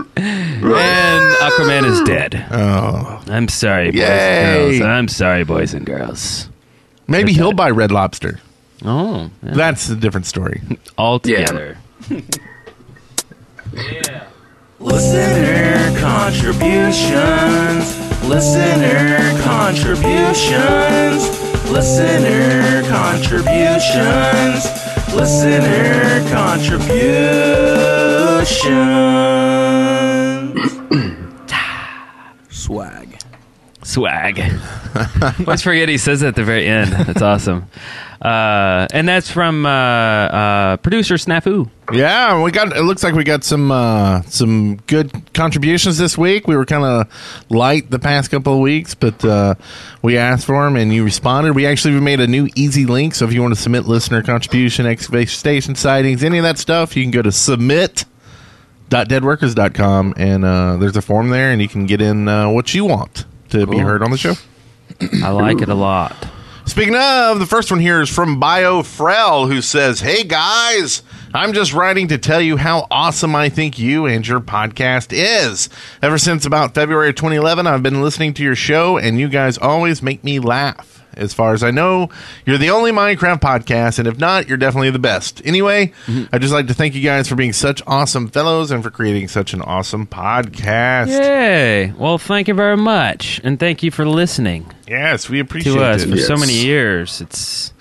[SPEAKER 4] Aquaman is dead. Oh, I'm sorry, boys
[SPEAKER 5] Yay.
[SPEAKER 4] and girls. I'm sorry, boys and girls.
[SPEAKER 5] Maybe he'll buy Red Lobster.
[SPEAKER 4] Oh, yeah.
[SPEAKER 5] That's a different story.
[SPEAKER 4] all together.
[SPEAKER 9] Listener contributions. Listener contributions. Listener contributions. Listener contributions. Swag.
[SPEAKER 4] Swag. Let's forget he says it at the very end. That's awesome. Uh, and that's from uh, uh, producer Snafu.
[SPEAKER 5] Yeah, we got. It looks like we got some uh, some good contributions this week. We were kind of light the past couple of weeks, but uh, we asked for them and you responded. We actually made a new easy link, so if you want to submit listener contribution, excavation station sightings, any of that stuff, you can go to submit. deadworkers.com and uh, there's a form there and you can get in uh, what you want to be
[SPEAKER 4] Cool.
[SPEAKER 5] heard on the show
[SPEAKER 4] I like it a lot.
[SPEAKER 5] Speaking of, the first one here is from Bio Frel, who says, Hey guys, I'm just writing to tell you how awesome I think you and your podcast is. Ever since about February of 2011, I've been listening to your show, and you guys always make me laugh. As far as I know, you're the only Minecraft podcast, and if not, you're definitely the best. Anyway,
[SPEAKER 4] Mm-hmm.
[SPEAKER 5] I'd just like to thank you guys for being such awesome fellows and for creating such an awesome podcast.
[SPEAKER 4] Yay! Well, thank you very much, and thank you for listening.
[SPEAKER 5] Yes, we appreciate
[SPEAKER 4] to us
[SPEAKER 5] it.
[SPEAKER 4] for so
[SPEAKER 6] Yes.
[SPEAKER 4] many years. It's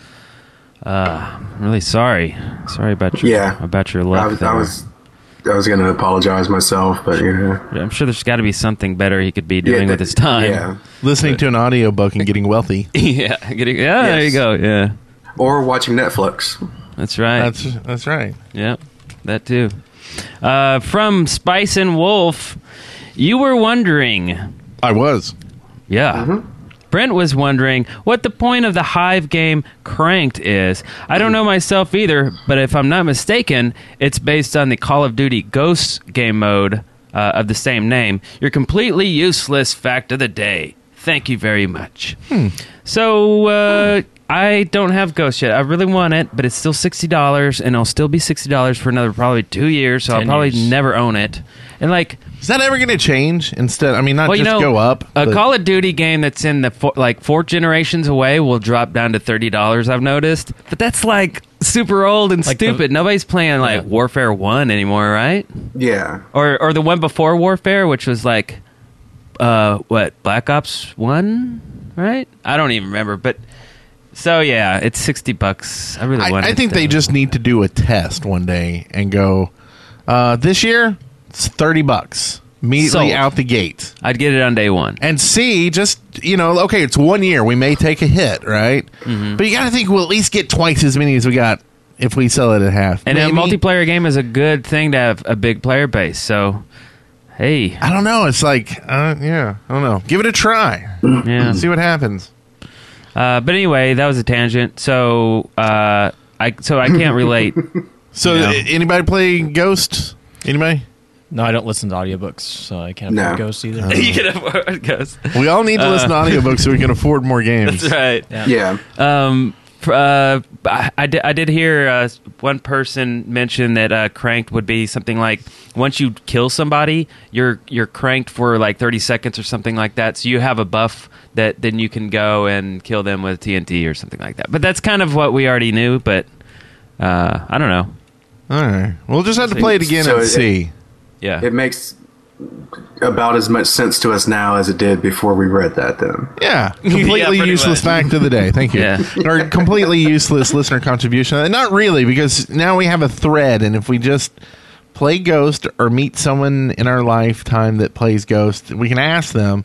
[SPEAKER 4] uh, I'm really sorry. Sorry about your
[SPEAKER 6] Yeah.
[SPEAKER 4] about your
[SPEAKER 6] I
[SPEAKER 4] luck.
[SPEAKER 6] was,
[SPEAKER 4] there.
[SPEAKER 6] I was, I was gonna apologize myself, but you know,
[SPEAKER 4] I'm sure there's got to be something better he could be doing
[SPEAKER 6] Yeah,
[SPEAKER 4] with his time.
[SPEAKER 6] Yeah,
[SPEAKER 5] Listening to an audiobook and getting wealthy.
[SPEAKER 4] yeah. Getting- yeah, There you
[SPEAKER 6] Yes.
[SPEAKER 4] go. Yeah,
[SPEAKER 6] or watching Netflix.
[SPEAKER 4] that's right.
[SPEAKER 5] That's, that's right.
[SPEAKER 4] Yeah, that too. Uh, from Spice and Wolf, you were wondering.
[SPEAKER 5] I was.
[SPEAKER 4] Yeah. Brent was wondering what the point of the Hive game Cranked is. I don't know myself either, but if I'm not mistaken, it's based on the Call of Duty Ghosts game mode uh, of the same name. Your completely useless fact of the day. Thank you very much. So uh, I don't have Ghost yet. I really want it, but it's still sixty dollars, and it'll still be sixty dollars for another probably two years. So I'll
[SPEAKER 8] Ten
[SPEAKER 4] probably
[SPEAKER 8] years.
[SPEAKER 4] never own it. And like
[SPEAKER 5] Is that ever going to change? Instead, I mean, not
[SPEAKER 4] Well, you
[SPEAKER 5] just
[SPEAKER 4] know,
[SPEAKER 5] go up.
[SPEAKER 4] a
[SPEAKER 5] but-
[SPEAKER 4] Call of Duty game that's in the four, like four generations away will drop down to thirty dollars. I've noticed, but that's like super old and
[SPEAKER 8] Like the-
[SPEAKER 4] stupid. Nobody's playing like Warfare One anymore, right?
[SPEAKER 6] Yeah.
[SPEAKER 4] Or or the one before Warfare, which was like, uh, what Black Ops One, right? I don't even remember, but. So yeah, it's sixty bucks. I really
[SPEAKER 5] I,
[SPEAKER 4] want.
[SPEAKER 5] I
[SPEAKER 4] it,
[SPEAKER 5] think they
[SPEAKER 4] though.
[SPEAKER 5] just need to do a test one day and go. Uh, this year, it's thirty bucks immediately
[SPEAKER 4] Sold.
[SPEAKER 5] out the gate,
[SPEAKER 4] I'd get it on day one.
[SPEAKER 5] and see just you know, okay, it's one year. We may take a hit, right?
[SPEAKER 4] Mm-hmm.
[SPEAKER 5] But you got to think we'll at least get twice as many as we got if we sell it at half.
[SPEAKER 4] And
[SPEAKER 5] Maybe.
[SPEAKER 4] a multiplayer game is a good thing to have a big player base. So, hey,
[SPEAKER 5] I don't know. It's like, uh, yeah, I don't know. Give it a try.
[SPEAKER 4] yeah.
[SPEAKER 5] See what happens.
[SPEAKER 4] Uh, but anyway, that was a tangent. So uh, I so I can't relate.
[SPEAKER 5] So,
[SPEAKER 4] Yeah.
[SPEAKER 5] a- anybody play Ghost? Anybody?
[SPEAKER 8] No, I don't listen to audiobooks, so I can't
[SPEAKER 6] No.
[SPEAKER 8] afford Ghost either.
[SPEAKER 4] you can afford ghosts.
[SPEAKER 5] We all need to listen to audiobooks so we can afford more games.
[SPEAKER 4] Uh, That's right.
[SPEAKER 6] Yeah.
[SPEAKER 4] Um, pr- uh, I, I, did, I did hear uh, one person mention that uh, cranked would be something like once you kill somebody, you're you're cranked for like 30 seconds or something like that. So you have a buff that then you can go and kill them with TNT or something like that. But that's kind of what we already knew. But uh, I don't know.
[SPEAKER 5] All right. We'll just have to
[SPEAKER 4] See.
[SPEAKER 5] play it again
[SPEAKER 6] So
[SPEAKER 5] and
[SPEAKER 6] it-
[SPEAKER 5] see.
[SPEAKER 4] Yeah.
[SPEAKER 6] It makes about as much sense to us now as it did before we read that then.
[SPEAKER 5] Yeah. Completely
[SPEAKER 4] pretty
[SPEAKER 5] useless fact of the day. Thank you.
[SPEAKER 4] Yeah.
[SPEAKER 5] Or completely useless listener contribution. Uh, Not really, because now we have a thread, and if we just play Ghost or meet someone in our lifetime that plays Ghost, we can ask them.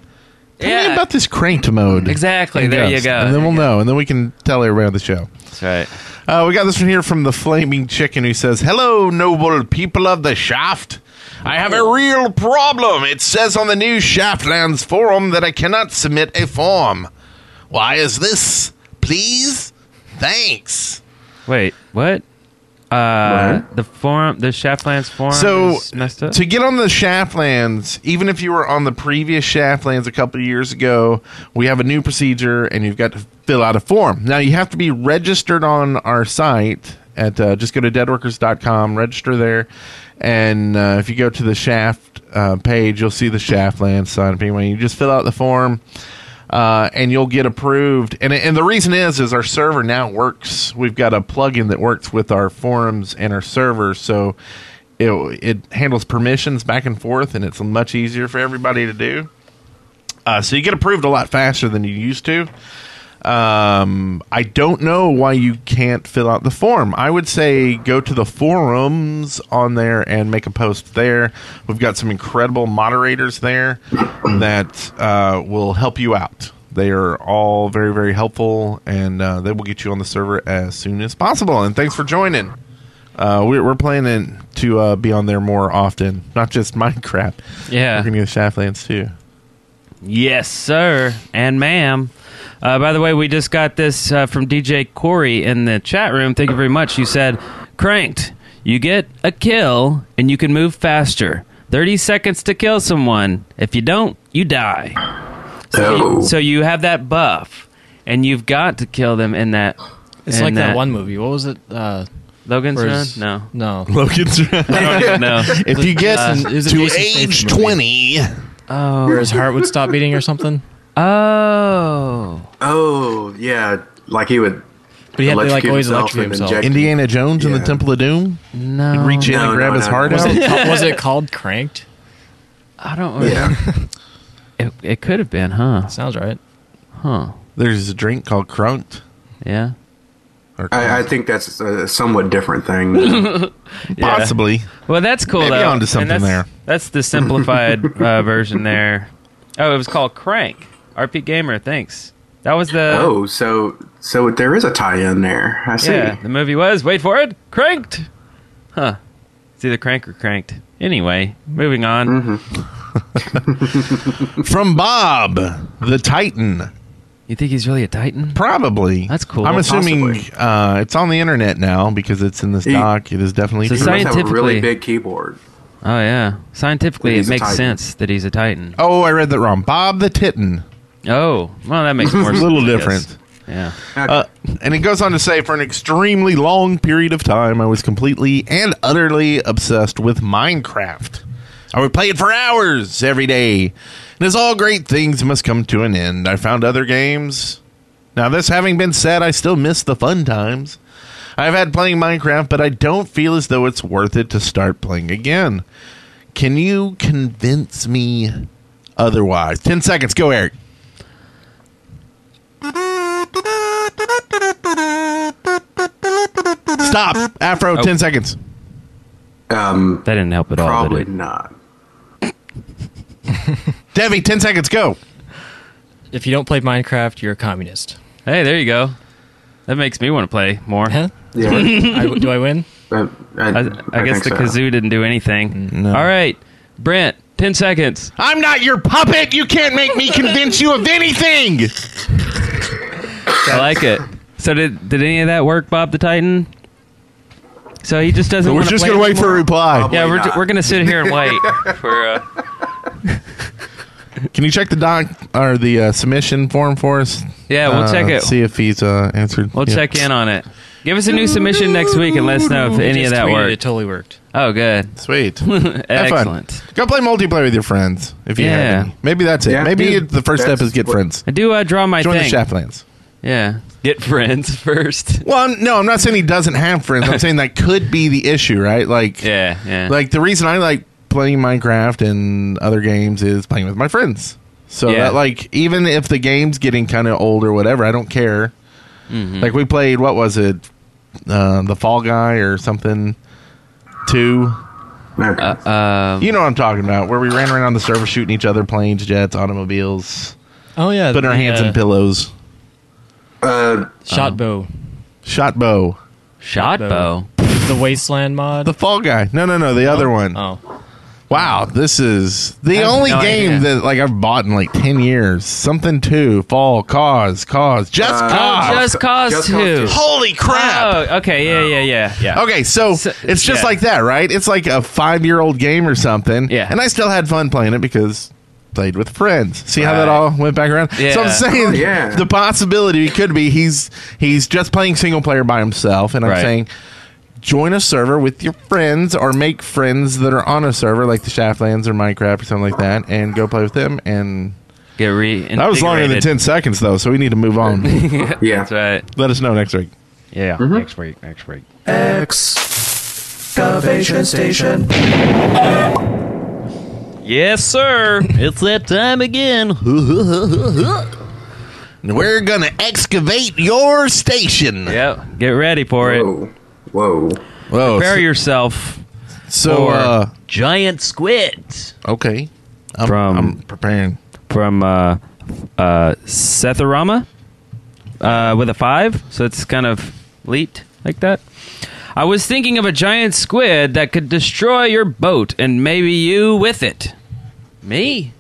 [SPEAKER 5] Tell me
[SPEAKER 4] Yeah.
[SPEAKER 5] about this cranked mode.
[SPEAKER 4] Exactly.
[SPEAKER 5] in
[SPEAKER 4] There you
[SPEAKER 5] Ghost."
[SPEAKER 4] go.
[SPEAKER 5] And then we'll know, and then we can tell everybody on the show.
[SPEAKER 4] That's right.
[SPEAKER 5] Uh, we got this one here from the Flaming Chicken who says, Hello, noble people of the shaft. I have a real problem. It says on the new Shaftlands forum that I cannot submit a form. Why is this? Please? Thanks.
[SPEAKER 4] Wait, what? Uh, the forum, the Shaftlands forum,
[SPEAKER 5] So,
[SPEAKER 4] is messed up.
[SPEAKER 5] to get on the Shaftlands, even if you were on the previous Shaftlands a couple of years ago, we have a new procedure and you've got to fill out a form. Now, you have to be registered on our site at uh, just go to deadworkers.com, register there. And uh, if you go to the Shaft uh, page, you'll see the Shaftlands sign up. Anyway, you just fill out the form uh, and you'll get approved. And and the reason is is our server now works. We've got a plugin that works with our forums and our server, so it it handles permissions back and forth, and it's much easier for everybody to do. Uh, so you get approved a lot faster than you used to. Um, I don't know why you can't fill out the form. I would say go to the forums on there and make a post there. We've got some incredible moderators there that uh, will help you out. They are all very, very helpful, and uh, they will get you on the server as soon as possible. And thanks for joining. Uh, we're, we're planning to uh, be on there more often, not just Minecraft.
[SPEAKER 4] Yeah.
[SPEAKER 5] we're gonna go Shaftlands too.
[SPEAKER 4] Yes, sir, and ma'am. Uh, by the way, we just got this uh, from DJ Corey in the chat room. Thank you very much. You said, "Cranked, you get a kill and you can move faster. Thirty seconds to kill someone. If you don't, you die."
[SPEAKER 6] Oh.
[SPEAKER 4] So you have that buff, and you've got to kill them in that.
[SPEAKER 8] It's
[SPEAKER 4] in
[SPEAKER 8] like that, one movie. What was it? Uh,
[SPEAKER 4] Logan's
[SPEAKER 8] where
[SPEAKER 4] Run.
[SPEAKER 8] his-
[SPEAKER 4] No,
[SPEAKER 8] No.
[SPEAKER 5] Logan's
[SPEAKER 4] no.
[SPEAKER 5] If you get
[SPEAKER 8] Uh, is it
[SPEAKER 5] to
[SPEAKER 8] Jason Statham
[SPEAKER 5] age
[SPEAKER 8] movie?
[SPEAKER 5] twenty,
[SPEAKER 8] Where his heart would stop beating or something.
[SPEAKER 4] Oh,
[SPEAKER 6] Oh, yeah. Like he would
[SPEAKER 8] But he had to like
[SPEAKER 6] Electrocute
[SPEAKER 8] always
[SPEAKER 6] himself
[SPEAKER 8] electrocute
[SPEAKER 6] and
[SPEAKER 8] himself.
[SPEAKER 6] inject-
[SPEAKER 5] Indiana Jones and the
[SPEAKER 6] Yeah.
[SPEAKER 5] Temple of Doom,
[SPEAKER 4] no.
[SPEAKER 5] he'd reach in
[SPEAKER 6] No,
[SPEAKER 5] and grab
[SPEAKER 6] no,
[SPEAKER 5] his
[SPEAKER 6] no,
[SPEAKER 5] heart
[SPEAKER 6] no.
[SPEAKER 5] out.
[SPEAKER 8] was it called Cranked?
[SPEAKER 4] I don't. It, it could have been, huh?
[SPEAKER 8] Sounds right.
[SPEAKER 4] Huh?
[SPEAKER 5] There's a drink called Crunt.
[SPEAKER 4] Yeah.
[SPEAKER 5] Or
[SPEAKER 6] I, I think that's a somewhat different thing.
[SPEAKER 4] yeah.
[SPEAKER 5] possibly.
[SPEAKER 4] Well, that's cool.
[SPEAKER 5] Maybe
[SPEAKER 4] though.
[SPEAKER 5] onto
[SPEAKER 4] And
[SPEAKER 5] something
[SPEAKER 4] that's,
[SPEAKER 5] there.
[SPEAKER 4] That's the simplified uh, version there. Oh, it was called Crank. RP Gamer, thanks. That was the
[SPEAKER 6] oh, so so there is a tie in there. I see.
[SPEAKER 4] yeah. The movie was wait for it, Cranked. Huh? It's either Crank or Cranked. Anyway, moving on.
[SPEAKER 5] Mm-hmm. From Bob the Titan,
[SPEAKER 4] You think he's really a Titan?
[SPEAKER 5] probably.
[SPEAKER 4] That's cool.
[SPEAKER 5] I'm assuming
[SPEAKER 6] Possibly.
[SPEAKER 5] uh, it's on the internet now because it's in this
[SPEAKER 6] He-
[SPEAKER 5] doc. It is definitely
[SPEAKER 4] So
[SPEAKER 5] true.
[SPEAKER 6] He must have a
[SPEAKER 4] Scientifically-
[SPEAKER 6] really big keyboard.
[SPEAKER 4] Oh yeah. Scientifically,
[SPEAKER 6] That
[SPEAKER 4] it
[SPEAKER 6] he's a
[SPEAKER 4] makes
[SPEAKER 6] Titan.
[SPEAKER 4] sense that he's a Titan.
[SPEAKER 5] Oh, I read that wrong. Bob the Titan.
[SPEAKER 4] Oh, well, that makes more
[SPEAKER 5] A
[SPEAKER 4] sense.
[SPEAKER 5] little
[SPEAKER 4] I guess.
[SPEAKER 5] different.
[SPEAKER 4] Yeah.
[SPEAKER 5] Uh, and it goes on to say, for an extremely long period of time, I was completely and utterly obsessed with Minecraft. I would play it for hours every day. And as all great things must come to an end, I found other games. Now, this having been said, I still miss the fun times. I've had playing Minecraft, but I don't feel as though it's worth it to start playing again. Can you convince me otherwise? 10 seconds. Go, Eric. Stop. Afro,
[SPEAKER 4] Oh.
[SPEAKER 5] 10 seconds.
[SPEAKER 6] Um,
[SPEAKER 4] That didn't help at all.
[SPEAKER 6] probably
[SPEAKER 4] Did it?
[SPEAKER 6] not.
[SPEAKER 5] Devi, 10 seconds. Go.
[SPEAKER 8] If you don't play Minecraft, you're a communist.
[SPEAKER 4] Hey, there you go. That makes me want to play more.
[SPEAKER 8] Huh?
[SPEAKER 6] Yeah,
[SPEAKER 8] I, do I win?
[SPEAKER 6] but I,
[SPEAKER 4] I, I, guess
[SPEAKER 6] think
[SPEAKER 4] the
[SPEAKER 6] so.
[SPEAKER 4] kazoo didn't do anything. All right, Brent, ten seconds.
[SPEAKER 5] I'm not your puppet. You can't make me convince you of anything.
[SPEAKER 4] I like it. So did did any of that work, Bob the Titan? So he just doesn't.
[SPEAKER 5] We're
[SPEAKER 4] wanna
[SPEAKER 5] just
[SPEAKER 4] play
[SPEAKER 5] going to wait for
[SPEAKER 4] anymore?
[SPEAKER 5] a reply.
[SPEAKER 4] Yeah, we're,
[SPEAKER 6] Probably
[SPEAKER 4] ju-
[SPEAKER 6] not.
[SPEAKER 4] we're gonna sit here and wait for. Uh,
[SPEAKER 5] Can you check the doc or the uh, submission form for us?
[SPEAKER 4] yeah, we'll
[SPEAKER 5] Uh,
[SPEAKER 4] check it.
[SPEAKER 5] See if he's uh, answered.
[SPEAKER 4] We'll
[SPEAKER 5] Yeah.
[SPEAKER 4] check in on it. Give us a new submission next week and let us know if any of
[SPEAKER 8] Just
[SPEAKER 4] that
[SPEAKER 8] tweeted,
[SPEAKER 4] worked.
[SPEAKER 8] It totally worked.
[SPEAKER 4] Oh, good.
[SPEAKER 5] Sweet. Have fun.
[SPEAKER 4] Excellent.
[SPEAKER 5] Go play multiplayer with your friends if you
[SPEAKER 4] Yeah.
[SPEAKER 5] have any. Maybe that's it.
[SPEAKER 6] Yeah,
[SPEAKER 5] Maybe
[SPEAKER 6] dude,
[SPEAKER 5] the first step
[SPEAKER 6] that's
[SPEAKER 5] is get
[SPEAKER 6] what-
[SPEAKER 5] friends.
[SPEAKER 4] I do uh, draw my
[SPEAKER 5] Join
[SPEAKER 4] thing.
[SPEAKER 5] the Shaftlands.
[SPEAKER 4] Yeah. Get friends first.
[SPEAKER 5] Well, I'm- no, I'm not saying he doesn't have friends. I'm saying that could be the issue, right? Like,
[SPEAKER 4] Yeah, yeah.
[SPEAKER 5] like the reason I like playing Minecraft and other games is playing with my friends. So
[SPEAKER 4] Yeah.
[SPEAKER 5] that like even if the game's getting kind of old or whatever, I don't care. Like we played what was it, uh, the Fall Guy or something, two.
[SPEAKER 6] Okay.
[SPEAKER 4] Uh,
[SPEAKER 5] You know what I'm talking about? Where we ran around the server shooting each other, planes, jets, automobiles,
[SPEAKER 8] Oh yeah,
[SPEAKER 5] putting our
[SPEAKER 8] the,
[SPEAKER 5] hands
[SPEAKER 8] uh,
[SPEAKER 5] in pillows,
[SPEAKER 8] Shot bow,
[SPEAKER 5] shot bow.
[SPEAKER 4] Shot bow.
[SPEAKER 8] the wasteland mod.
[SPEAKER 5] The Fall Guy. No, no, no, the other one.
[SPEAKER 8] oh,
[SPEAKER 5] Wow, this is the
[SPEAKER 4] have
[SPEAKER 5] only
[SPEAKER 4] no
[SPEAKER 5] game
[SPEAKER 4] idea.
[SPEAKER 5] that like I've bought in like ten years. Something two, fall, cause, cause, just
[SPEAKER 4] Uh,
[SPEAKER 5] cause.
[SPEAKER 4] Ah, Just Cause
[SPEAKER 6] Just Cause
[SPEAKER 4] 2.
[SPEAKER 6] two.
[SPEAKER 5] Holy crap! Oh.
[SPEAKER 4] Oh, okay. Yeah, yeah, yeah, yeah.
[SPEAKER 5] Okay, so,
[SPEAKER 4] So-
[SPEAKER 5] it's just
[SPEAKER 4] yeah.
[SPEAKER 5] like that, right? It's like a five-year-old game or something.
[SPEAKER 4] Yeah.
[SPEAKER 5] and I still had fun playing it because played with friends. See how that
[SPEAKER 4] Right.
[SPEAKER 5] all went back around? So
[SPEAKER 4] Yeah.
[SPEAKER 5] I'm saying
[SPEAKER 6] Oh, yeah.
[SPEAKER 5] the possibility could be he's he's just playing single player by himself, and I'm
[SPEAKER 4] Right.
[SPEAKER 5] saying join a server with your friends or make friends that are on a server like the Shaftlands or Minecraft or something like that, and go play with them. And
[SPEAKER 4] Get re.
[SPEAKER 5] that was longer than ten seconds though, so we need to move on.
[SPEAKER 6] yeah.
[SPEAKER 4] That's right.
[SPEAKER 5] Let us know next week.
[SPEAKER 4] Yeah.
[SPEAKER 5] Mm-hmm.
[SPEAKER 4] Next week. Next week.
[SPEAKER 9] Excavation Station.
[SPEAKER 4] Yes, sir. it's that time again.
[SPEAKER 5] We're gonna excavate your station.
[SPEAKER 4] Yep. Get ready for
[SPEAKER 5] Oh,
[SPEAKER 4] it.
[SPEAKER 6] Whoa. Whoa.
[SPEAKER 5] Whoa,
[SPEAKER 4] Prepare yourself
[SPEAKER 5] oh, so
[SPEAKER 4] for
[SPEAKER 5] uh,
[SPEAKER 4] giant squids
[SPEAKER 5] okay, I'm,
[SPEAKER 4] From-
[SPEAKER 5] I'm preparing.
[SPEAKER 4] from uh, uh, Setharama uh, with a five, so it's kind of leaped like that. I was thinking of a giant squid that could destroy your boat and maybe you with it. Me?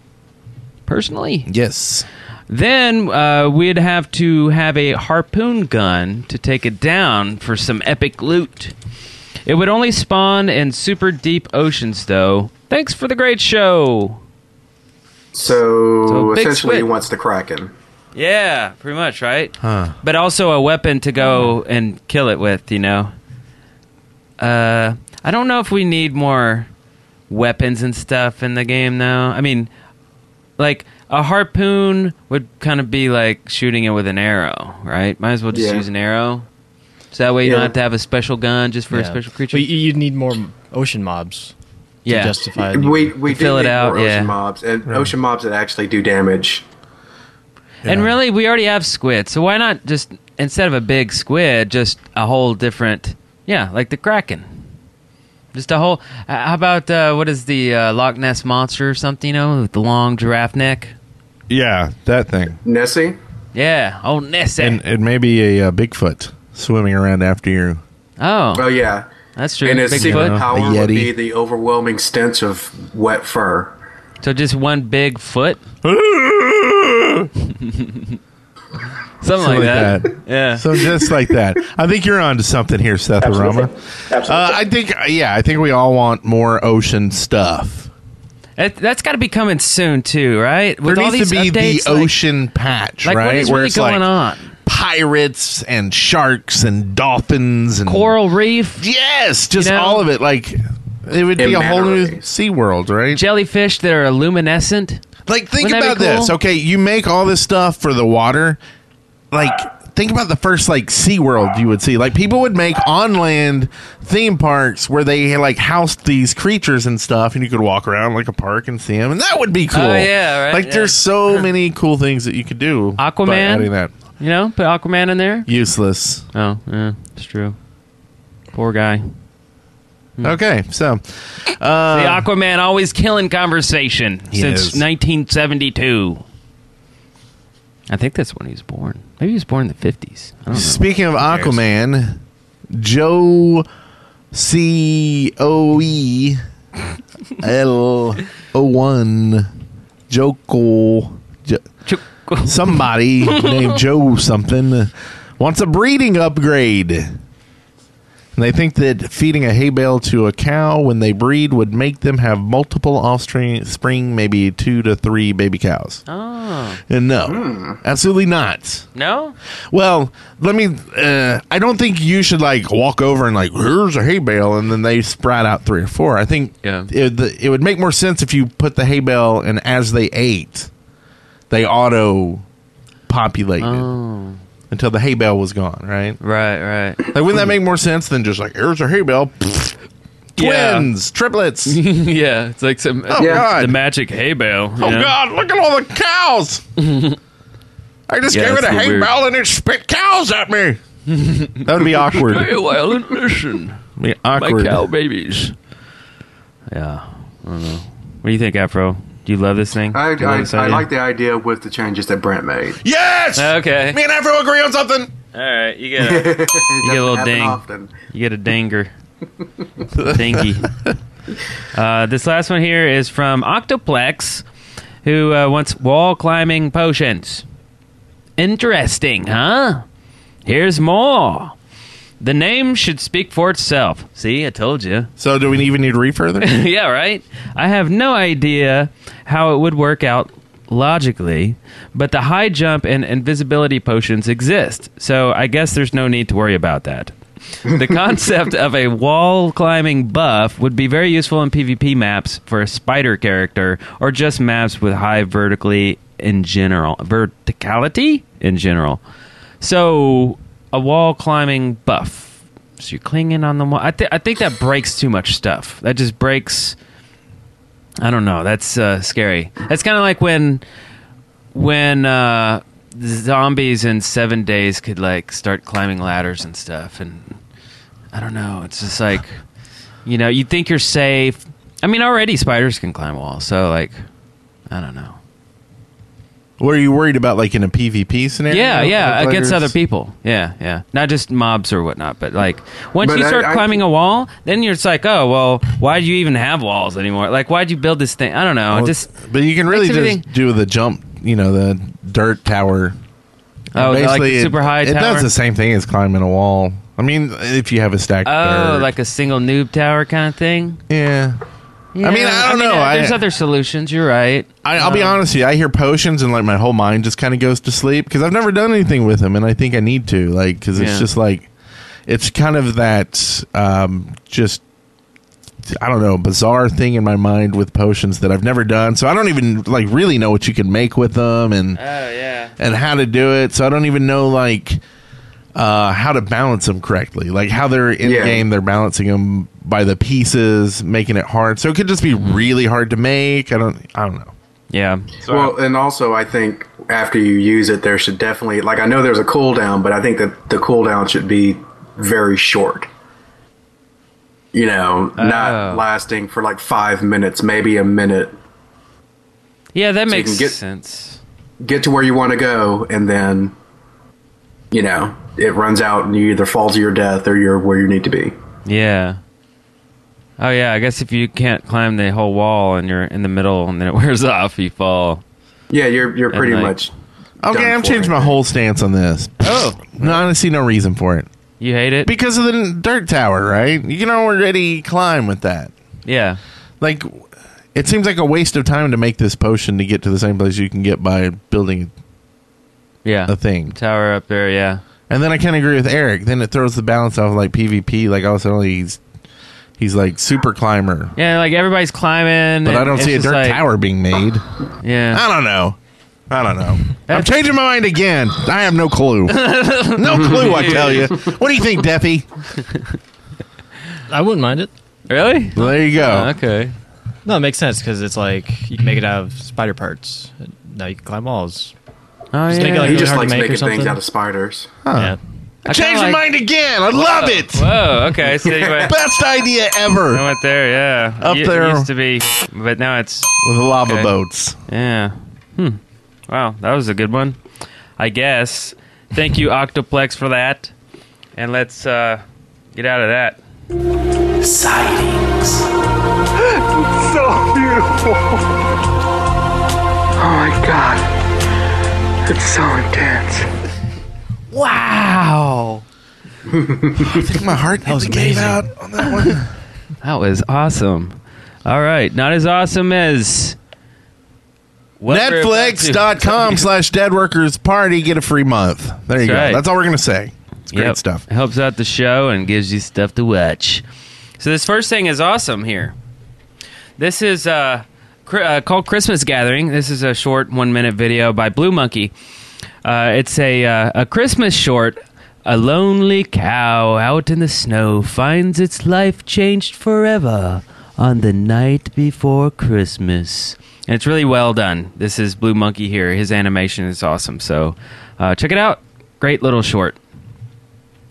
[SPEAKER 4] Personally?
[SPEAKER 5] Yes.
[SPEAKER 4] Then uh, we'd have to have a harpoon gun to take it down for some epic loot. It would only spawn in super deep oceans, though. Thanks for the great show.
[SPEAKER 6] So,
[SPEAKER 4] So big
[SPEAKER 6] essentially, he
[SPEAKER 4] squid.
[SPEAKER 6] wants the Kraken.
[SPEAKER 4] Yeah, pretty much, right? But also a weapon to go and kill it with, you know. Uh, I don't know if we need more weapons and stuff in the game now. I mean, like a harpoon would kind of be like shooting it with an arrow, right? Might as well just
[SPEAKER 6] Yeah.
[SPEAKER 4] use an arrow. So that way you
[SPEAKER 6] Yeah.
[SPEAKER 4] don't have to have a special gun just for a
[SPEAKER 8] yeah.
[SPEAKER 4] special creature.
[SPEAKER 8] But you- you'd need more ocean mobs
[SPEAKER 4] yeah.
[SPEAKER 8] to justify. it.
[SPEAKER 6] We we do
[SPEAKER 4] fill it
[SPEAKER 6] need
[SPEAKER 4] out,
[SPEAKER 6] more ocean
[SPEAKER 4] yeah.
[SPEAKER 6] mobs and ocean mobs that actually do damage.
[SPEAKER 4] And really, we already have squid, so why not just instead of a big squid, just a whole different, yeah, like the kraken. Just a whole. uh, How about uh, what is the uh, Loch Ness monster or something? You know, with the long giraffe neck.
[SPEAKER 5] Yeah, that thing.
[SPEAKER 6] Nessie,
[SPEAKER 4] Yeah, oh Nessie.
[SPEAKER 5] And it may be a uh, Bigfoot swimming around after you.
[SPEAKER 6] oh
[SPEAKER 4] oh,
[SPEAKER 6] yeah,
[SPEAKER 4] that's true.
[SPEAKER 6] and his secret
[SPEAKER 4] Bigfoot.
[SPEAKER 6] power
[SPEAKER 5] a
[SPEAKER 6] would be
[SPEAKER 5] yeti.
[SPEAKER 6] the overwhelming stench of wet fur.
[SPEAKER 4] So just one big foot, something like
[SPEAKER 5] Something
[SPEAKER 4] that.
[SPEAKER 5] like
[SPEAKER 4] Yeah.
[SPEAKER 5] So just like that. I think you're on to something here, Seth Aroma. Uh, I think, yeah, I think we all want more ocean stuff.
[SPEAKER 4] That, that's got to be coming soon too, right? With
[SPEAKER 5] there
[SPEAKER 4] all
[SPEAKER 5] needs to be
[SPEAKER 4] these updates,
[SPEAKER 5] the
[SPEAKER 4] like-
[SPEAKER 5] ocean patch,
[SPEAKER 4] like,
[SPEAKER 5] right?
[SPEAKER 4] what is
[SPEAKER 5] Where
[SPEAKER 4] really
[SPEAKER 5] it's
[SPEAKER 4] going on?
[SPEAKER 5] like pirates and sharks and dolphins and
[SPEAKER 4] Coral reef.
[SPEAKER 5] Yes, just
[SPEAKER 4] You know?
[SPEAKER 5] all of it. Like It would be
[SPEAKER 6] In
[SPEAKER 5] a whole
[SPEAKER 6] manner
[SPEAKER 5] new
[SPEAKER 6] of ways.
[SPEAKER 5] sea world, right?
[SPEAKER 4] Jellyfish that are luminescent.
[SPEAKER 5] Like, think
[SPEAKER 4] Wouldn't that
[SPEAKER 5] about
[SPEAKER 4] be cool?
[SPEAKER 5] this. Okay, you make all this stuff for the water. Like, think about the first like Sea World you would see. Like, people would make on land theme parks where they like housed these creatures and stuff, and you could walk around like a park and see them, and that would be cool.
[SPEAKER 4] Oh, yeah, right,
[SPEAKER 5] Like,
[SPEAKER 4] yeah.
[SPEAKER 5] there's so many cool things that you could do. by
[SPEAKER 4] Aquaman?
[SPEAKER 5] adding that
[SPEAKER 4] You know, put Aquaman in there.
[SPEAKER 5] useless.
[SPEAKER 4] Oh, yeah, it's true. Poor guy. Hmm.
[SPEAKER 5] Okay, so
[SPEAKER 4] the Aquaman always killing conversation since
[SPEAKER 5] is.
[SPEAKER 4] 1972. I think that's when he was born. Maybe he was born in the 50s. I don't know.
[SPEAKER 5] Speaking of Aquaman, Joe C O E L O one Joko Jo-
[SPEAKER 4] Chuck-
[SPEAKER 5] somebody named Joe something wants a breeding upgrade. And they think that feeding a hay bale to a cow when they breed would make them have multiple offspring, spring, maybe two to three baby cows.
[SPEAKER 4] Oh.
[SPEAKER 5] And no, absolutely not.
[SPEAKER 4] No?
[SPEAKER 5] Well, let me. Uh, I don't think you should like walk over and like here's a hay bale, and then they sprout out three or four. I think
[SPEAKER 4] Yeah.
[SPEAKER 5] it, the, it would make more sense if you put the hay bale, and as they ate, they auto populated
[SPEAKER 4] Oh.
[SPEAKER 5] until the hay bale was gone. Right?
[SPEAKER 4] Right, right.
[SPEAKER 5] Like, wouldn't that make more sense than just like here's a hay bale, pfft,
[SPEAKER 4] Yeah.
[SPEAKER 5] twins, triplets? oh
[SPEAKER 4] yeah, it's like some
[SPEAKER 5] Yeah. God. Oh,
[SPEAKER 4] the magic hay bale. you know?
[SPEAKER 5] God, look at all the cows! I just
[SPEAKER 4] Yeah,
[SPEAKER 5] gave it
[SPEAKER 4] that's
[SPEAKER 5] a
[SPEAKER 4] a
[SPEAKER 5] hay
[SPEAKER 4] weird-
[SPEAKER 5] bale, and it spit cows at me. that would be awkward.
[SPEAKER 4] Hey, Whalen, listen,
[SPEAKER 5] Be
[SPEAKER 4] my
[SPEAKER 5] awkward.
[SPEAKER 4] cow babies. Yeah, I don't know. What do you think, Afro? Do you love this thing?
[SPEAKER 6] I,
[SPEAKER 4] Do you love
[SPEAKER 6] I,
[SPEAKER 4] this
[SPEAKER 6] I
[SPEAKER 4] idea?
[SPEAKER 6] like the idea with the changes that Brent made.
[SPEAKER 5] Yes.
[SPEAKER 4] Okay.
[SPEAKER 5] Me and Afro agree on something.
[SPEAKER 4] All right, you get a, you get a little
[SPEAKER 6] Happen
[SPEAKER 4] ding.
[SPEAKER 6] often.
[SPEAKER 4] You get a dinger. Dingy. Uh, this last one here is from Octoplex, who uh, wants wall climbing potions. Interesting, huh? Here's more. The name should speak for itself. See, I told you.
[SPEAKER 5] So, do we even need to read further?
[SPEAKER 4] yeah, right? I have no idea how it would work out logically, but the high jump and invisibility potions exist, so I guess there's no need to worry about that. the concept of a wall climbing buff would be very useful in PvP maps for a spider character or just maps with high vertically in general verticality in general. So a wall climbing buff. So you're clinging on the wall. I, th- I think that breaks too much stuff. That just breaks. I don't know. That's uh, scary. That's kind of like when when uh, zombies in Seven Days could like start climbing ladders and stuff. And I don't know. It's just like you know, you think you're safe. I mean, already spiders can climb walls. So like, I don't know.
[SPEAKER 5] Were you worried about like in a PvP scenario?
[SPEAKER 4] Yeah, yeah,
[SPEAKER 5] with
[SPEAKER 4] against
[SPEAKER 5] players?
[SPEAKER 4] other people. Yeah, yeah, not just mobs or whatnot, but like once
[SPEAKER 6] But
[SPEAKER 4] you
[SPEAKER 6] I-
[SPEAKER 4] start
[SPEAKER 6] I-
[SPEAKER 4] climbing a wall, then you're just like, oh well, why do you even have walls anymore? Like, why'd you build this thing? I don't know.
[SPEAKER 5] Well,
[SPEAKER 4] just
[SPEAKER 5] but you can really
[SPEAKER 4] makes
[SPEAKER 5] just
[SPEAKER 4] everything-
[SPEAKER 5] do the jump. You know, the dirt tower.
[SPEAKER 4] oh, like
[SPEAKER 5] uh, Basically,
[SPEAKER 4] the
[SPEAKER 5] it-
[SPEAKER 4] super high
[SPEAKER 5] It
[SPEAKER 4] tower.
[SPEAKER 5] does the same thing as climbing a wall. I mean, if you have a stack.
[SPEAKER 4] oh,
[SPEAKER 5] dirt.
[SPEAKER 4] like a single noob tower kind of thing.
[SPEAKER 5] yeah. I mean,
[SPEAKER 4] Yeah,
[SPEAKER 5] I don't know.
[SPEAKER 4] uh,
[SPEAKER 5] I,
[SPEAKER 4] there's other solutions. You're right. Um,
[SPEAKER 5] I, I'll be
[SPEAKER 4] Uh,
[SPEAKER 5] honest with you. I hear potions and like my whole mind just kind of goes to sleep because I've never done anything with them, and I think I need to. Like, because it's
[SPEAKER 4] Yeah.
[SPEAKER 5] just like it's kind of that um, just I don't know bizarre thing in my mind with potions that I've never done. So I don't even like really know what you can make with them and
[SPEAKER 4] Oh yeah.
[SPEAKER 5] and how to do it. So I don't even know like uh, how to balance them correctly, like how they're in
[SPEAKER 6] Yeah.
[SPEAKER 5] game. They're balancing them by the pieces, making it hard. So it could just be really hard to make. I don't. I don't know.
[SPEAKER 4] Yeah.
[SPEAKER 6] Well, and also I think after you use it, there should definitely like I know there's a cooldown, but I think that the cooldown should be very short. You know,
[SPEAKER 4] Oh.
[SPEAKER 6] not lasting for like five minutes, maybe a minute.
[SPEAKER 4] Yeah, that
[SPEAKER 6] you
[SPEAKER 4] makes
[SPEAKER 6] can get-
[SPEAKER 4] sense.
[SPEAKER 6] Get to where you want to go, and then you know it runs out, and you either fall to your death or you're where you need to be.
[SPEAKER 4] Yeah. Oh yeah, I guess if you can't climb the whole wall and you're in the middle and then it wears off, you fall.
[SPEAKER 6] Yeah, you're you're pretty
[SPEAKER 4] like-
[SPEAKER 6] much.
[SPEAKER 5] Okay,
[SPEAKER 6] done
[SPEAKER 5] I've
[SPEAKER 6] for
[SPEAKER 5] changed
[SPEAKER 6] it.
[SPEAKER 5] my whole stance on this.
[SPEAKER 4] Oh.
[SPEAKER 5] No, I see no reason for it
[SPEAKER 4] You hate it?
[SPEAKER 5] because of the dirt tower, right? You can already climb with that.
[SPEAKER 4] yeah.
[SPEAKER 5] Like, it seems like a waste of time to make this potion to get to the same place you can get by building
[SPEAKER 4] Yeah.
[SPEAKER 5] a thing.
[SPEAKER 4] Tower up there, yeah.
[SPEAKER 5] And then I kind of agree with Eric. Then it throws the balance off like PvP. Like all of a sudden, all these He's like super climber,
[SPEAKER 4] Yeah, like everybody's climbing.
[SPEAKER 5] but
[SPEAKER 4] and
[SPEAKER 5] I don't
[SPEAKER 4] it's
[SPEAKER 5] see a
[SPEAKER 4] just
[SPEAKER 5] dirt
[SPEAKER 4] like-
[SPEAKER 5] tower being made.
[SPEAKER 4] Yeah.
[SPEAKER 5] I don't know. I don't know. I'm
[SPEAKER 4] That's-
[SPEAKER 5] changing my mind again. I have no clue. no clue, I tell you. What do you think, Deffy?
[SPEAKER 8] I wouldn't mind it.
[SPEAKER 4] Really? Oh,
[SPEAKER 5] Well, there
[SPEAKER 4] Uh,
[SPEAKER 5] you go.
[SPEAKER 4] Okay.
[SPEAKER 8] No, it makes sense because it's like you can make it out of spider parts. Now you can climb walls.
[SPEAKER 4] Oh,
[SPEAKER 8] Just make it
[SPEAKER 4] yeah.
[SPEAKER 6] He
[SPEAKER 8] like really
[SPEAKER 6] just
[SPEAKER 8] hard
[SPEAKER 6] likes
[SPEAKER 8] to make or
[SPEAKER 6] making things
[SPEAKER 8] something.
[SPEAKER 6] out of spiders.
[SPEAKER 8] Yeah.
[SPEAKER 4] I kinda
[SPEAKER 5] Change my
[SPEAKER 4] like-
[SPEAKER 5] mind again. I love it.
[SPEAKER 4] Whoa. Okay. So you went,
[SPEAKER 5] Best idea
[SPEAKER 4] I
[SPEAKER 5] ever
[SPEAKER 4] went there. Yeah.
[SPEAKER 5] Up
[SPEAKER 4] It
[SPEAKER 5] there.
[SPEAKER 4] used to be, but now it's
[SPEAKER 5] with the lava
[SPEAKER 4] Okay.
[SPEAKER 5] boats.
[SPEAKER 4] Yeah. Hmm. Wow, that was a good one. I guess. Thank you, Octoplex, for that. And let's uh, get out of that.
[SPEAKER 9] Sightings.
[SPEAKER 10] so beautiful. Oh my god. It's so intense.
[SPEAKER 4] Wow.
[SPEAKER 5] My heart hit the gave out on that one.
[SPEAKER 4] That was awesome. All right. Not as awesome as. what we're about to-
[SPEAKER 5] Netflix.com slash dead workers party. Get a free month. There
[SPEAKER 4] That's
[SPEAKER 5] you go.
[SPEAKER 4] right.
[SPEAKER 5] That's all we're going to say. It's great
[SPEAKER 4] Yep.
[SPEAKER 5] stuff.
[SPEAKER 4] Helps out the show and gives you stuff to watch. So this first thing is awesome here. This is uh, cri- uh, called Christmas Gathering. This is a short one minute video by Blue Monkey. Uh, it's a uh, a Christmas short. A lonely cow out in the snow finds its life changed forever on the night before Christmas. And it's really well done. This is Blue Monkey here. His animation is awesome. So uh, check it out. Great little short.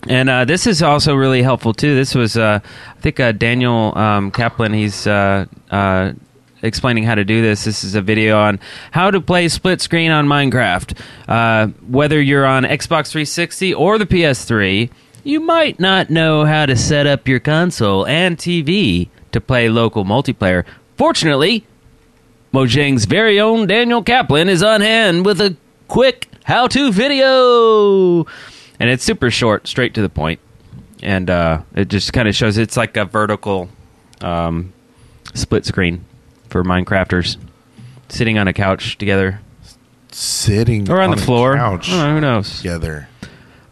[SPEAKER 4] And uh, this is also really helpful too. This was, uh, I think, uh, Daniel um, Kaplan. He's uh, uh, explaining how to do this. This is a video on how to play split screen on Minecraft. Uh, whether you're on Xbox 360 or the PS3, you might not know how to set up your console and TV to play local multiplayer. Fortunately, Mojang's very own Daniel Kaplan is on hand with a quick how to video. And it's super short, straight to the point. And uh, it just kind of shows it's like a vertical um, split screen for Minecrafters sitting on a couch together
[SPEAKER 5] Sitting
[SPEAKER 4] or on, the
[SPEAKER 5] a
[SPEAKER 4] floor.
[SPEAKER 5] couch
[SPEAKER 4] I don't know, who knows?
[SPEAKER 5] together.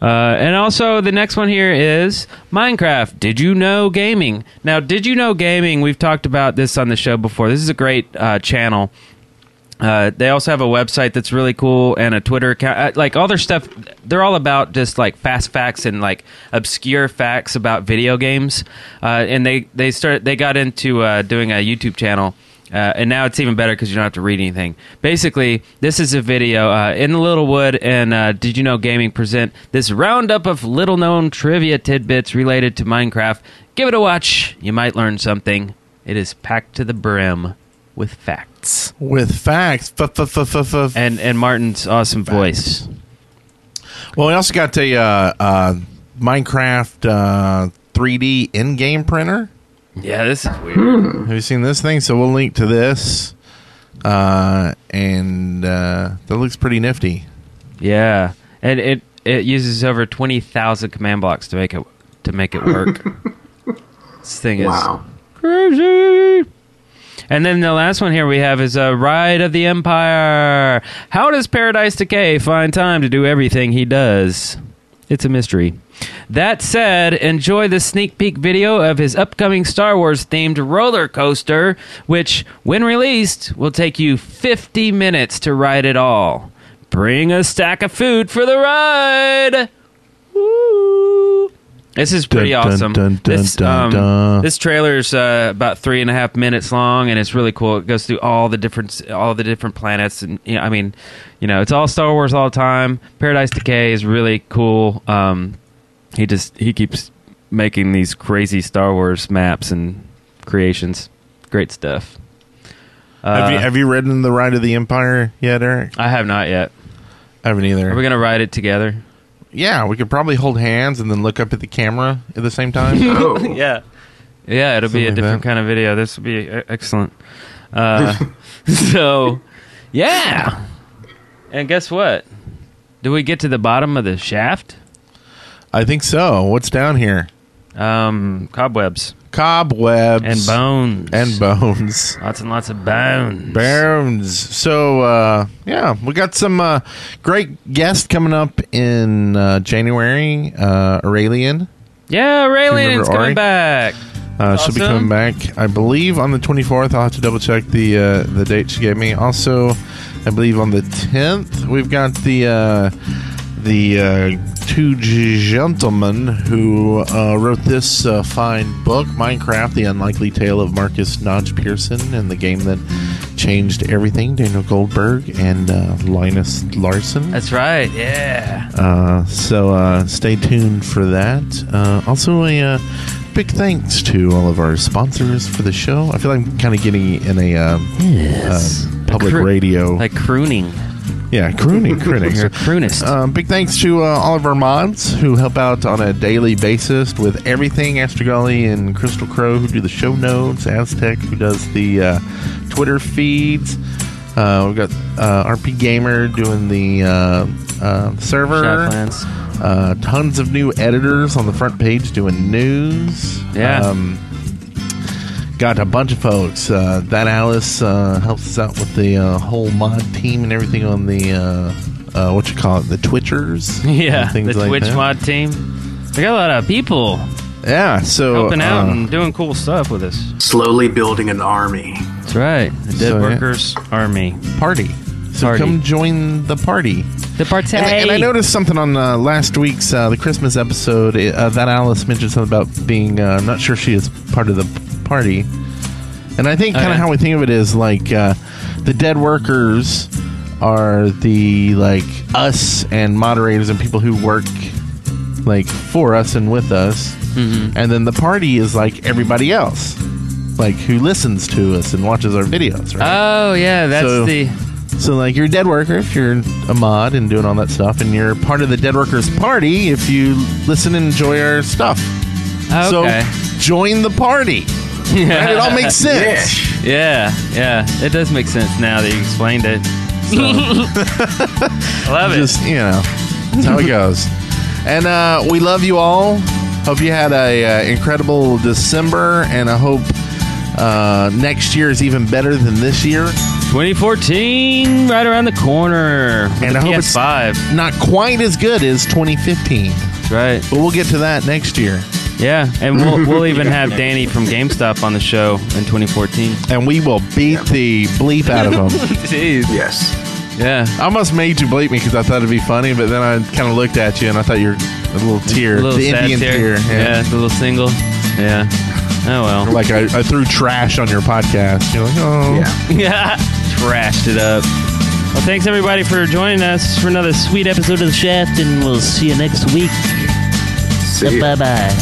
[SPEAKER 4] Uh, and also, the next one here is Minecraft. Did you know gaming? Now, did you know gaming? We've talked about this on the show before. This is a great uh, channel. Uh, they also have a website that's really cool and a Twitter account. Uh, Like all their stuff, they're all about just like fast facts and like obscure facts about video games. Uh, and they they start they got into uh, doing a YouTube channel. Uh, and now it's even better because you don't have to read anything. Basically, this is a video. Uh, in the Littlewood and uh, Did You Know Gaming present this roundup of little known trivia tidbits related to Minecraft. Give it a watch. You might learn something. It is packed to the brim with facts
[SPEAKER 5] With facts. F- f- f- f- f-
[SPEAKER 4] and and Martin's awesome voice.
[SPEAKER 5] Well, we also got a uh, uh, Minecraft uh, 3D in-game printer.
[SPEAKER 4] Yeah, this is weird.
[SPEAKER 5] Have you seen this thing? So we'll link to this, uh, and uh, that looks pretty nifty.
[SPEAKER 4] yeah, and it it uses over twenty thousand command blocks to make it to make it work. this thing is
[SPEAKER 6] Wow.
[SPEAKER 4] crazy. And then the last one here we have is a ride of the empire. How does Paradise Decay find time to do everything he does? It's a mystery. That said, enjoy the sneak peek video of his upcoming Star Wars themed roller coaster, which, when released, will take you 50 minutes to ride it all. Bring a stack of food for the ride. Woo. This is pretty
[SPEAKER 5] Dun, dun,
[SPEAKER 4] awesome.
[SPEAKER 5] dun, dun,
[SPEAKER 4] this,
[SPEAKER 5] dun,
[SPEAKER 4] um,
[SPEAKER 5] dun.
[SPEAKER 4] this trailer's uh, about three and a half minutes long, and it's really cool. It goes through all the different all the different planets, and you know, I mean, you know, it's all Star Wars all the time. Paradise Decay is really cool. Um, he just he keeps making these crazy Star Wars maps and creations. Great stuff.
[SPEAKER 5] have you have you ridden the Ride of the Empire yet, Eric?
[SPEAKER 4] I have not yet.
[SPEAKER 5] I haven't either.
[SPEAKER 4] Are we gonna ride it together?
[SPEAKER 5] yeah, we could probably hold hands and then look up at the camera at the same time.
[SPEAKER 6] Oh,
[SPEAKER 4] Yeah. Yeah, it'll be a
[SPEAKER 5] Something like
[SPEAKER 4] different
[SPEAKER 5] that.
[SPEAKER 4] kind of video. This will be e- excellent. Uh, so, yeah. And guess what? Do we get to the bottom of the shaft?
[SPEAKER 5] I think so. What's down here?
[SPEAKER 4] Um, cobwebs
[SPEAKER 5] Cobwebs
[SPEAKER 4] and bones
[SPEAKER 5] and bones.
[SPEAKER 4] lots and lots of bones.
[SPEAKER 5] Bones. So uh, yeah, we got some uh, great guests coming up in uh, January. Uh, Aurelian.
[SPEAKER 4] Yeah, Raylan's
[SPEAKER 5] Remember
[SPEAKER 4] coming
[SPEAKER 5] Ori?
[SPEAKER 4] back.
[SPEAKER 5] Uh, Uh, she'll be coming
[SPEAKER 4] awesome.
[SPEAKER 5] back, I believe, on the 24th. I'll have to double check the uh, the date she gave me. Also, I believe on the 10th we've got the uh, the uh, two gentlemen who uh, wrote this uh, fine book, Minecraft: The Unlikely Tale of Marcus Notch Pearson and the Game That Changed Everything. Daniel Goldberg and uh, Linus Larson.
[SPEAKER 4] That's right. Yeah.
[SPEAKER 5] Uh, so uh, stay tuned for that. Uh, also, a uh, big thanks to all of our sponsors for the show. I feel like I'm kind of getting in a um, um, public
[SPEAKER 4] Cru-
[SPEAKER 5] radio.
[SPEAKER 4] Like crooning.
[SPEAKER 5] yeah, crooning, crooning.
[SPEAKER 4] You're a croonist.
[SPEAKER 5] Um, big thanks to uh, all of our mods who help out on a daily basis with everything. Astrogolly and Crystal Crow who do the show notes. Aztec who does the uh, Twitter feeds. Uh, we've got uh, RP Gamer doing the uh, uh, server.
[SPEAKER 4] Shadowlands.
[SPEAKER 5] Uh, tons of new editors on the front page doing news.
[SPEAKER 4] Yeah.
[SPEAKER 5] Um, got a bunch of folks. Uh, that Alice uh, helps us out with the uh, whole mod team and everything on the uh, uh, what you call it, the Twitchers.
[SPEAKER 4] Yeah.
[SPEAKER 5] and things
[SPEAKER 4] The
[SPEAKER 5] like
[SPEAKER 4] Twitch
[SPEAKER 5] that.
[SPEAKER 4] mod team. We got a lot of people
[SPEAKER 5] Yeah, so
[SPEAKER 4] helping out
[SPEAKER 5] uh,
[SPEAKER 4] and doing cool stuff with us.
[SPEAKER 6] Slowly building an army.
[SPEAKER 4] That's right. The Dead
[SPEAKER 5] So, yeah.
[SPEAKER 4] Workers Army.
[SPEAKER 5] party. So
[SPEAKER 4] Party.
[SPEAKER 5] come join the party.
[SPEAKER 4] The party.
[SPEAKER 5] And, I- and I noticed something on uh, last week's uh, the Christmas episode uh, that Alice mentioned something about being. Uh, I'm not sure she is part of the party, and I think kind of
[SPEAKER 4] Okay.
[SPEAKER 5] how we think of it is like uh, the dead workers are the like us and moderators and people who work like for us and with us, and then the party is like everybody else, like who listens to us and watches our videos. Right?
[SPEAKER 4] Oh yeah, that's
[SPEAKER 5] So-
[SPEAKER 4] the
[SPEAKER 5] So, like, you're a dead worker if you're a mod and doing all that stuff, and you're part of the dead workers party if you listen and enjoy our stuff.
[SPEAKER 4] okay.
[SPEAKER 5] So, join the party. And it all makes sense.
[SPEAKER 4] Yeah, yeah. It does make sense now that you explained it. So. I love it.
[SPEAKER 5] Just, you know, that's how it goes. And uh, we love you all. Hope you had a uh, incredible December, and I hope uh, next year is even better than this year.
[SPEAKER 4] 2014, right around the corner. with
[SPEAKER 5] And
[SPEAKER 4] the
[SPEAKER 5] I hope it's-
[SPEAKER 4] PS5.
[SPEAKER 5] Not quite as good as 2015,
[SPEAKER 4] That's right.
[SPEAKER 5] but we'll get to that next year.
[SPEAKER 4] Yeah, and we'll, we'll even have Danny from GameStop on the show in 2014.
[SPEAKER 5] and we will beat the bleep out of them.
[SPEAKER 4] Jeez.
[SPEAKER 6] Yes.
[SPEAKER 4] Yeah.
[SPEAKER 5] I almost made you bleep me because I thought it'd be funny, but then I kind of looked at you and I thought you were a little tear,
[SPEAKER 4] A little
[SPEAKER 5] the
[SPEAKER 4] sad
[SPEAKER 5] Indian tear.
[SPEAKER 4] tear. Yeah. the little single. Yeah. Oh well.
[SPEAKER 5] Like I, I threw trash on your podcast. You're like, oh,
[SPEAKER 6] Yeah.
[SPEAKER 4] Yeah. Trashed it up. Well, thanks everybody for joining us for another sweet episode of The Shaft, and we'll see you next week.
[SPEAKER 6] See ya.
[SPEAKER 4] bye.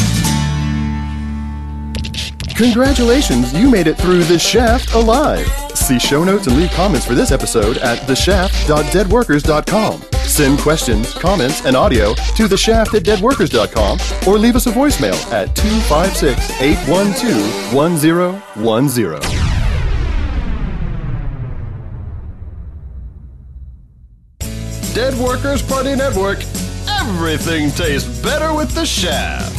[SPEAKER 3] Congratulations, you made it through The Shaft alive. See show notes and leave comments for this episode at theshaft.deadworkers.com. Send questions, comments, and audio to theshaft at deadworkers.com or leave us a voicemail at 256 812 1010. Dead Workers Party Network. Everything tastes better with The Shaft.